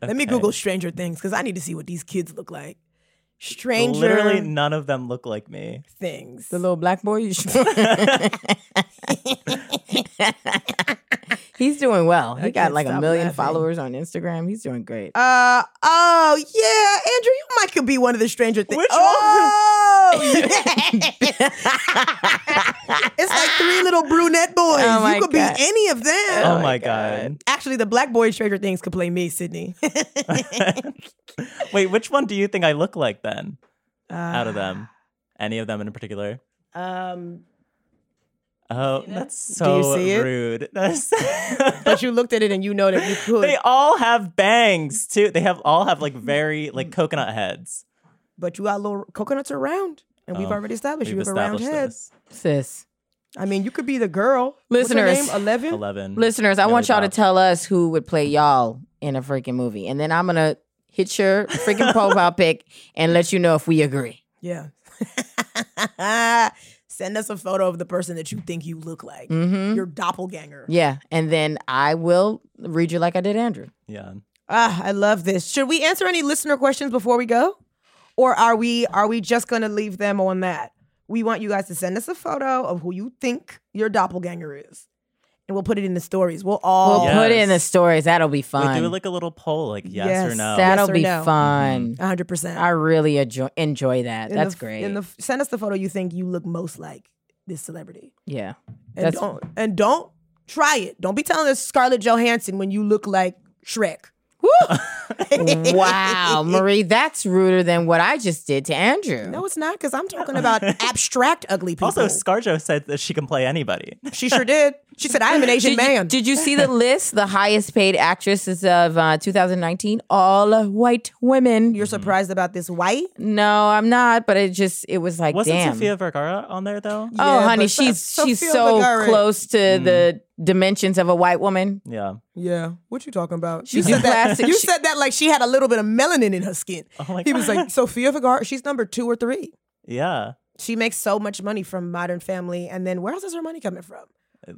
[SPEAKER 2] Let me
[SPEAKER 4] Okay.
[SPEAKER 2] Google Stranger Things because I need to see what these kids look like. Stranger
[SPEAKER 4] Literally, none of them look like me.
[SPEAKER 2] Things.
[SPEAKER 3] The little black boy. <laughs> You sure? He's doing well. He got
[SPEAKER 2] can't
[SPEAKER 3] like a
[SPEAKER 2] stop
[SPEAKER 3] million
[SPEAKER 2] laughing.
[SPEAKER 3] followers on Instagram. He's doing great.
[SPEAKER 2] Uh oh yeah, Andrew, you might could be one of the Stranger Things.
[SPEAKER 4] Which
[SPEAKER 2] oh, yes. <laughs> it's like three little brunette boys.
[SPEAKER 3] Oh, my
[SPEAKER 2] you could
[SPEAKER 3] God.
[SPEAKER 2] be any of them.
[SPEAKER 4] Oh, my god.
[SPEAKER 2] Actually, the black boy in Stranger Things could play me, Sydney. <laughs>
[SPEAKER 4] Wait, which one do you think I look like then? Out of them, any of them in particular?
[SPEAKER 2] um,
[SPEAKER 4] Oh, that's
[SPEAKER 2] Do you
[SPEAKER 4] so
[SPEAKER 2] see it?
[SPEAKER 4] rude. <laughs> That's-
[SPEAKER 2] but you looked at it and you know that you could.
[SPEAKER 4] they all have bangs too. They have all have like very like coconut heads.
[SPEAKER 2] but you got little coconuts around, and we've
[SPEAKER 4] Oh,
[SPEAKER 2] already established you
[SPEAKER 4] We've
[SPEAKER 2] have a round
[SPEAKER 4] established
[SPEAKER 2] head.
[SPEAKER 4] this.
[SPEAKER 3] Sis,
[SPEAKER 2] I mean, you could be the girl.
[SPEAKER 3] Listeners.
[SPEAKER 2] eleven.
[SPEAKER 4] Eleven.
[SPEAKER 3] listeners, I
[SPEAKER 4] Really
[SPEAKER 3] want y'all to
[SPEAKER 4] bad.
[SPEAKER 3] tell us who would play y'all in a freaking movie, and then I'm gonna hit your
[SPEAKER 2] <laughs>
[SPEAKER 3] freaking profile pic and let you know if we agree.
[SPEAKER 2] Yeah. <laughs> Send us a photo of the person that you think you look like.
[SPEAKER 3] Mm-hmm.
[SPEAKER 2] Your doppelganger.
[SPEAKER 3] Yeah, and then I will read you like I did Andrew.
[SPEAKER 4] Yeah.
[SPEAKER 2] Ah, I love this. Should we answer any listener questions before we go? Or are we are we just gonna leave them on that? We want you guys to send us a photo of who you think your doppelganger is. And we'll put it in the stories. We'll all
[SPEAKER 3] We'll put it in the
[SPEAKER 4] Yes.
[SPEAKER 3] stories. That'll be fun.
[SPEAKER 4] We do like a little poll, like yes, or
[SPEAKER 2] Yes. That-
[SPEAKER 4] no.
[SPEAKER 3] That'll
[SPEAKER 2] Yes or
[SPEAKER 3] be
[SPEAKER 2] no?
[SPEAKER 3] fun.
[SPEAKER 2] 100%.
[SPEAKER 3] I really enjoy, enjoy that.
[SPEAKER 2] In the-
[SPEAKER 3] That's great.
[SPEAKER 2] In the, send us the photo you think you look most like this celebrity.
[SPEAKER 3] yeah.
[SPEAKER 2] And
[SPEAKER 3] That's-
[SPEAKER 2] don't and don't try it. Don't be telling us Scarlett Johansson when you look like Shrek.
[SPEAKER 3] <laughs>
[SPEAKER 2] <laughs>
[SPEAKER 3] wow, Marie, that's ruder than what I just did to Andrew.
[SPEAKER 2] No, it's not because I'm talking
[SPEAKER 3] <laughs>
[SPEAKER 2] about abstract ugly people.
[SPEAKER 4] also, ScarJo said that she can play anybody.
[SPEAKER 2] she sure did. She said, "I am an Asian
[SPEAKER 3] did, You,
[SPEAKER 2] man."
[SPEAKER 3] did
[SPEAKER 2] <laughs>
[SPEAKER 3] you see the list? The highest paid actresses of uh, 2019, all white women.
[SPEAKER 2] You're surprised about this white?
[SPEAKER 3] no, I'm not, but it just it was like
[SPEAKER 4] <laughs> Wasn't
[SPEAKER 3] damn.
[SPEAKER 4] Sofia Vergara on there though?
[SPEAKER 3] oh,
[SPEAKER 2] Yeah,
[SPEAKER 3] honey,
[SPEAKER 2] but
[SPEAKER 3] she's
[SPEAKER 2] Sof-
[SPEAKER 3] she's
[SPEAKER 2] Sofia
[SPEAKER 3] so
[SPEAKER 2] Vergara- Mm.
[SPEAKER 3] close to the dimensions of a white woman.
[SPEAKER 4] Yeah.
[SPEAKER 2] Yeah. What you talking about?
[SPEAKER 3] She's in plastic.
[SPEAKER 2] that. You
[SPEAKER 3] She-
[SPEAKER 2] said that like she had a little bit of melanin in her skin.
[SPEAKER 4] Oh my
[SPEAKER 2] he was
[SPEAKER 4] God.
[SPEAKER 2] like Sophia Vergara. She's number two or three.
[SPEAKER 4] Yeah.
[SPEAKER 2] She makes so much money from Modern Family, and then where else is her money coming from?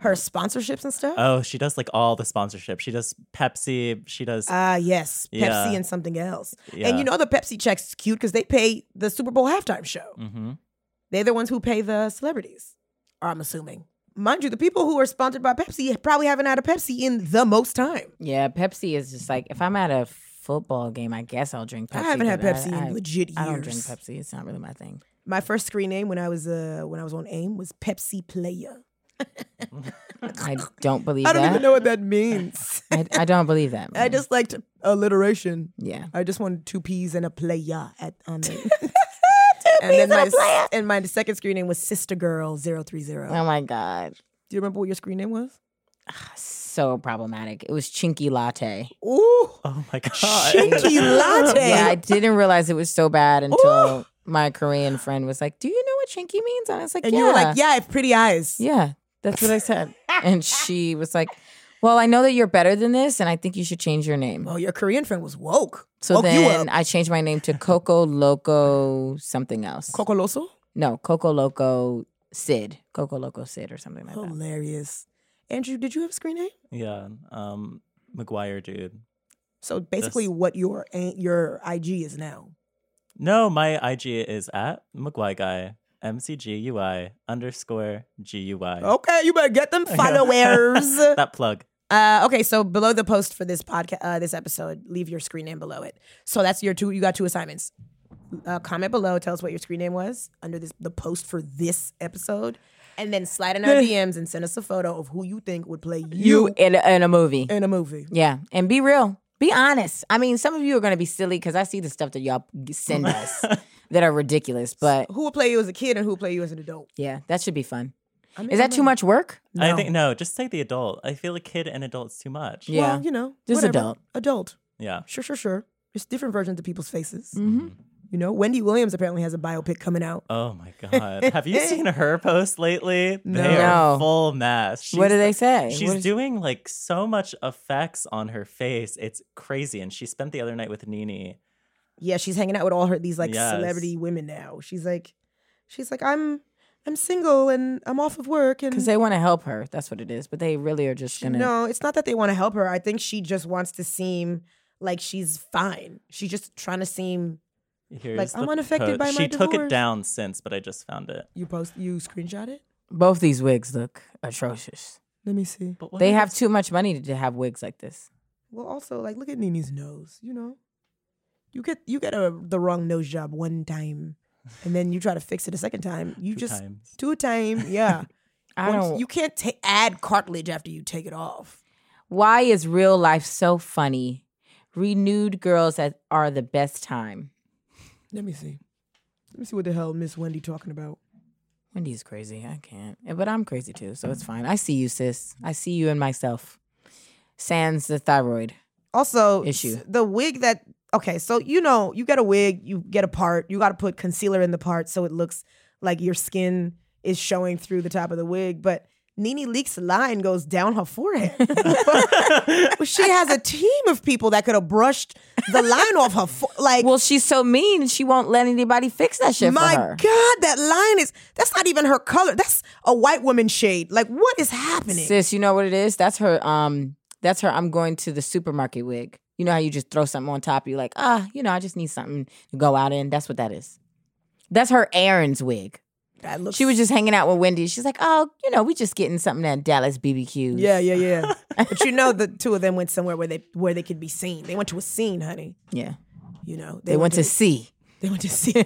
[SPEAKER 2] Her sponsorships and stuff.
[SPEAKER 4] Oh, she does like all the sponsorship. She does Pepsi. She does.
[SPEAKER 2] Ah, yes, Pepsi
[SPEAKER 4] Yeah.
[SPEAKER 2] and something else. And
[SPEAKER 4] Yeah.
[SPEAKER 2] you know the Pepsi checks is cute because they pay the Super Bowl halftime show. <laughs>
[SPEAKER 4] hmm
[SPEAKER 2] They're the ones who pay the celebrities, or I'm assuming. Mind you, the people who are sponsored by Pepsi probably haven't had a Pepsi in the most time.
[SPEAKER 3] Yeah, Pepsi is just like if I'm at a football game, I guess I'll drink Pepsi.
[SPEAKER 2] I haven't had
[SPEAKER 3] but
[SPEAKER 2] Pepsi
[SPEAKER 3] I-
[SPEAKER 2] in legit years.
[SPEAKER 3] I don't drink Pepsi. It's not really my thing.
[SPEAKER 2] My first screen name when I was uh, when I was on AIM was Pepsi Player.
[SPEAKER 3] I don't
[SPEAKER 2] <laughs>
[SPEAKER 3] believe
[SPEAKER 2] I don't
[SPEAKER 3] that.
[SPEAKER 2] even know what that <laughs> means.
[SPEAKER 3] I, I don't believe that.
[SPEAKER 2] I just liked alliteration.
[SPEAKER 3] yeah.
[SPEAKER 2] I just wanted two P's and a playa at on <laughs> it. and then my s- and my second screen name was Sister Girl 030.
[SPEAKER 3] Oh my god,
[SPEAKER 2] Do you remember what your screen name was?
[SPEAKER 3] so problematic. It was Chinky Latte.
[SPEAKER 2] Ooh,
[SPEAKER 4] Oh my god.
[SPEAKER 2] Chinky Latte.
[SPEAKER 3] Yeah, I didn't realize it was
[SPEAKER 2] <laughs>
[SPEAKER 3] so bad until my Korean friend was like, "Do you know what Chinky means?" And I was like,
[SPEAKER 2] And
[SPEAKER 3] yeah.
[SPEAKER 2] you were like, yeah, I have pretty eyes.
[SPEAKER 3] Yeah, that's what
[SPEAKER 2] <laughs>
[SPEAKER 3] I said. and she was like, Well, I know that you're better than this, and I think you should change your name.
[SPEAKER 2] Well, your Korean friend was woke.
[SPEAKER 3] So
[SPEAKER 2] woke
[SPEAKER 3] then
[SPEAKER 2] Oh, you up.
[SPEAKER 3] I changed my name to Coco Loco something else.
[SPEAKER 2] Cocoloso?
[SPEAKER 3] no, Coco Loco Sid. Coco Loco Sid or something like that.
[SPEAKER 2] Hilarious. Andrew, did you have a screen name?
[SPEAKER 4] <laughs> Yeah. Um, McGuire dude.
[SPEAKER 2] So basically,
[SPEAKER 4] This-
[SPEAKER 2] what your an- your IG is now.
[SPEAKER 4] No, my IG is at McGuire guy. M C G U I underscore G U I.
[SPEAKER 3] Oh,
[SPEAKER 4] <laughs>
[SPEAKER 2] Okay, you better get them
[SPEAKER 3] <laughs>
[SPEAKER 2] followers.
[SPEAKER 4] that plug.
[SPEAKER 2] Uh, okay, so below the post for this podcast, uh, this episode, leave your screen name below it. So that's your two. You got two assignments. Uh, comment below, tell us what your screen name was under this the post for this episode, and then slide in our DMs and send us a photo of who you think would play you,
[SPEAKER 3] You in a, in a movie.
[SPEAKER 2] in a movie.
[SPEAKER 3] Yeah, and be real. Be honest. I mean, some of you are going to be silly because I see the stuff that y'all
[SPEAKER 2] <laughs>
[SPEAKER 3] send us that are ridiculous, but
[SPEAKER 2] Who would play you as a kid and who would play you as an adult?
[SPEAKER 3] yeah, that should be fun.
[SPEAKER 2] I mean,
[SPEAKER 3] Is that
[SPEAKER 2] I'm
[SPEAKER 3] too
[SPEAKER 2] a-
[SPEAKER 3] much work?
[SPEAKER 4] I think no, just say the adult. I feel a kid and adult's too much.
[SPEAKER 3] Yeah.
[SPEAKER 2] Well, you know,
[SPEAKER 3] Just
[SPEAKER 2] whatever.
[SPEAKER 3] adult.
[SPEAKER 2] adult.
[SPEAKER 4] Yeah.
[SPEAKER 2] Sure, sure, sure. There's different versions of people's faces.
[SPEAKER 3] Mm-hmm.
[SPEAKER 2] You know, Wendy Williams apparently has a biopic coming out.
[SPEAKER 4] Oh my god.
[SPEAKER 3] <laughs>
[SPEAKER 4] Have you seen her post lately? They
[SPEAKER 3] No.
[SPEAKER 4] are full mass.
[SPEAKER 3] What
[SPEAKER 4] She's-
[SPEAKER 3] do they say?
[SPEAKER 4] She's
[SPEAKER 3] What is-
[SPEAKER 4] doing like so much effects on her face. It's crazy. And she spent the other night with Nini.
[SPEAKER 2] yeah, she's hanging out with all her these like
[SPEAKER 4] Yes.
[SPEAKER 2] celebrity women now. She's like, she's like, I'm, I'm single and I'm off of work and
[SPEAKER 3] Because they want to help her. That's what it is. But they really are just
[SPEAKER 2] she-
[SPEAKER 3] going to.
[SPEAKER 2] no, it's not that they want to help her. I think she just wants to seem like she's fine. She's just trying to seem.
[SPEAKER 4] Here's the
[SPEAKER 2] I'm unaffected
[SPEAKER 4] post.
[SPEAKER 2] by my
[SPEAKER 4] She took it
[SPEAKER 2] divorce.
[SPEAKER 4] down since, but I just found it.
[SPEAKER 2] You post, you screenshot it.
[SPEAKER 3] Both these wigs look atrocious.
[SPEAKER 2] Let me see.
[SPEAKER 4] But what
[SPEAKER 3] They
[SPEAKER 4] is-
[SPEAKER 3] have too much money to have wigs like this.
[SPEAKER 2] Well, also like look at Nini's nose. You know, you get you get a the wrong nose job one time, and then you try to fix it a second time. You
[SPEAKER 4] two
[SPEAKER 2] just
[SPEAKER 4] times.
[SPEAKER 2] two time. Yeah,
[SPEAKER 3] I
[SPEAKER 2] Once-
[SPEAKER 3] don't.
[SPEAKER 2] You can't ta- add cartilage after you take it off.
[SPEAKER 3] why is real life so funny? Renewed girls at, are the best time.
[SPEAKER 2] Let me see. Let me see what the hell Miss Wendy talking about.
[SPEAKER 3] Wendy's crazy. I can't. Eh, But I'm crazy too, so it's fine. I see you, sis. I see you in myself. Sans the thyroid.
[SPEAKER 2] Also,
[SPEAKER 3] Issue.
[SPEAKER 2] s- the wig that okay, so you know, you get a wig, you get a part, you got to put concealer in the part so it looks like your skin is showing through the top of the wig, but Nene Leak's line goes down her forehead. <laughs> she has a team of people that could have brushed the line off her fo- like
[SPEAKER 3] Well, she's so mean. She won't let anybody fix that shit
[SPEAKER 2] My
[SPEAKER 3] for her.
[SPEAKER 2] God, that line is that's not even her color. That's a white woman shade. Like, what is happening?
[SPEAKER 3] Sis, you know what it is? That's her um that's her I'm going to the supermarket wig. You know how you just throw something on top, you're like, ah, you know, I just need something to go out in. That's what that is. That's her Aaron's wig.
[SPEAKER 2] That looks
[SPEAKER 3] She was just hanging out with Wendy. She's like, oh, you know, we just getting something at Dallas BBQ.
[SPEAKER 2] Yeah, yeah, yeah.
[SPEAKER 3] <laughs>
[SPEAKER 2] but you know, the two of them went somewhere where they where they could be seen. They went to a scene, honey.
[SPEAKER 3] Yeah.
[SPEAKER 2] You know,
[SPEAKER 3] They went to see.
[SPEAKER 2] they went to see.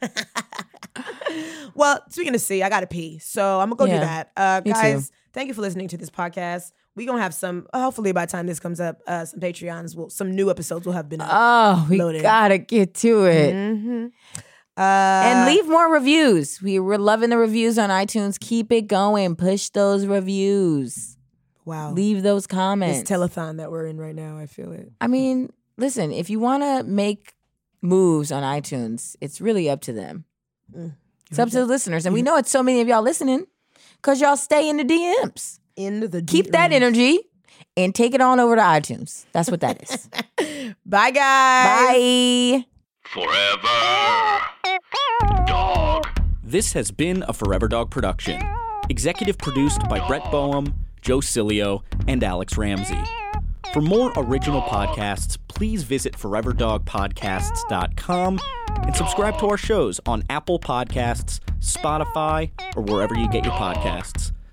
[SPEAKER 2] <laughs> well, speaking of see, I gotta pee, so I'm gonna go do
[SPEAKER 3] Yeah,
[SPEAKER 2] that. Uh,
[SPEAKER 3] me too.
[SPEAKER 2] guys, thank you for listening to this podcast. We gonna have some. uh, Hopefully, by the time this comes up, uh, some Patreons will some new episodes will have been up.
[SPEAKER 3] Oh, we
[SPEAKER 2] Loaded.
[SPEAKER 3] gotta get to it.
[SPEAKER 2] Uh,
[SPEAKER 3] And leave more reviews. We were loving the reviews on iTunes. Keep it going. Push those reviews.
[SPEAKER 2] wow,
[SPEAKER 3] Leave those comments.
[SPEAKER 2] this telethon that we're in right now. I feel it.
[SPEAKER 3] I mean, listen, if you want to make moves on iTunes, it's really up to them.
[SPEAKER 2] Mm.
[SPEAKER 3] It's up to the listeners. And we know it's so many of y'all listening because y'all stay in the DMs.
[SPEAKER 2] In the
[SPEAKER 3] Keep that
[SPEAKER 2] room.
[SPEAKER 3] energy and take it on over to iTunes. That's what that
[SPEAKER 2] <laughs>
[SPEAKER 3] is.
[SPEAKER 2] Bye, guys.
[SPEAKER 3] Bye.
[SPEAKER 1] Forever. Dog.
[SPEAKER 6] This has been a Forever Dog production. Executive produced by Brett Boehm, Joe Cilio, and Alex Ramsey. For more original podcasts, please visit foreverdogpodcasts.com and subscribe to our shows on Apple Podcasts, Spotify, or wherever you get your podcasts.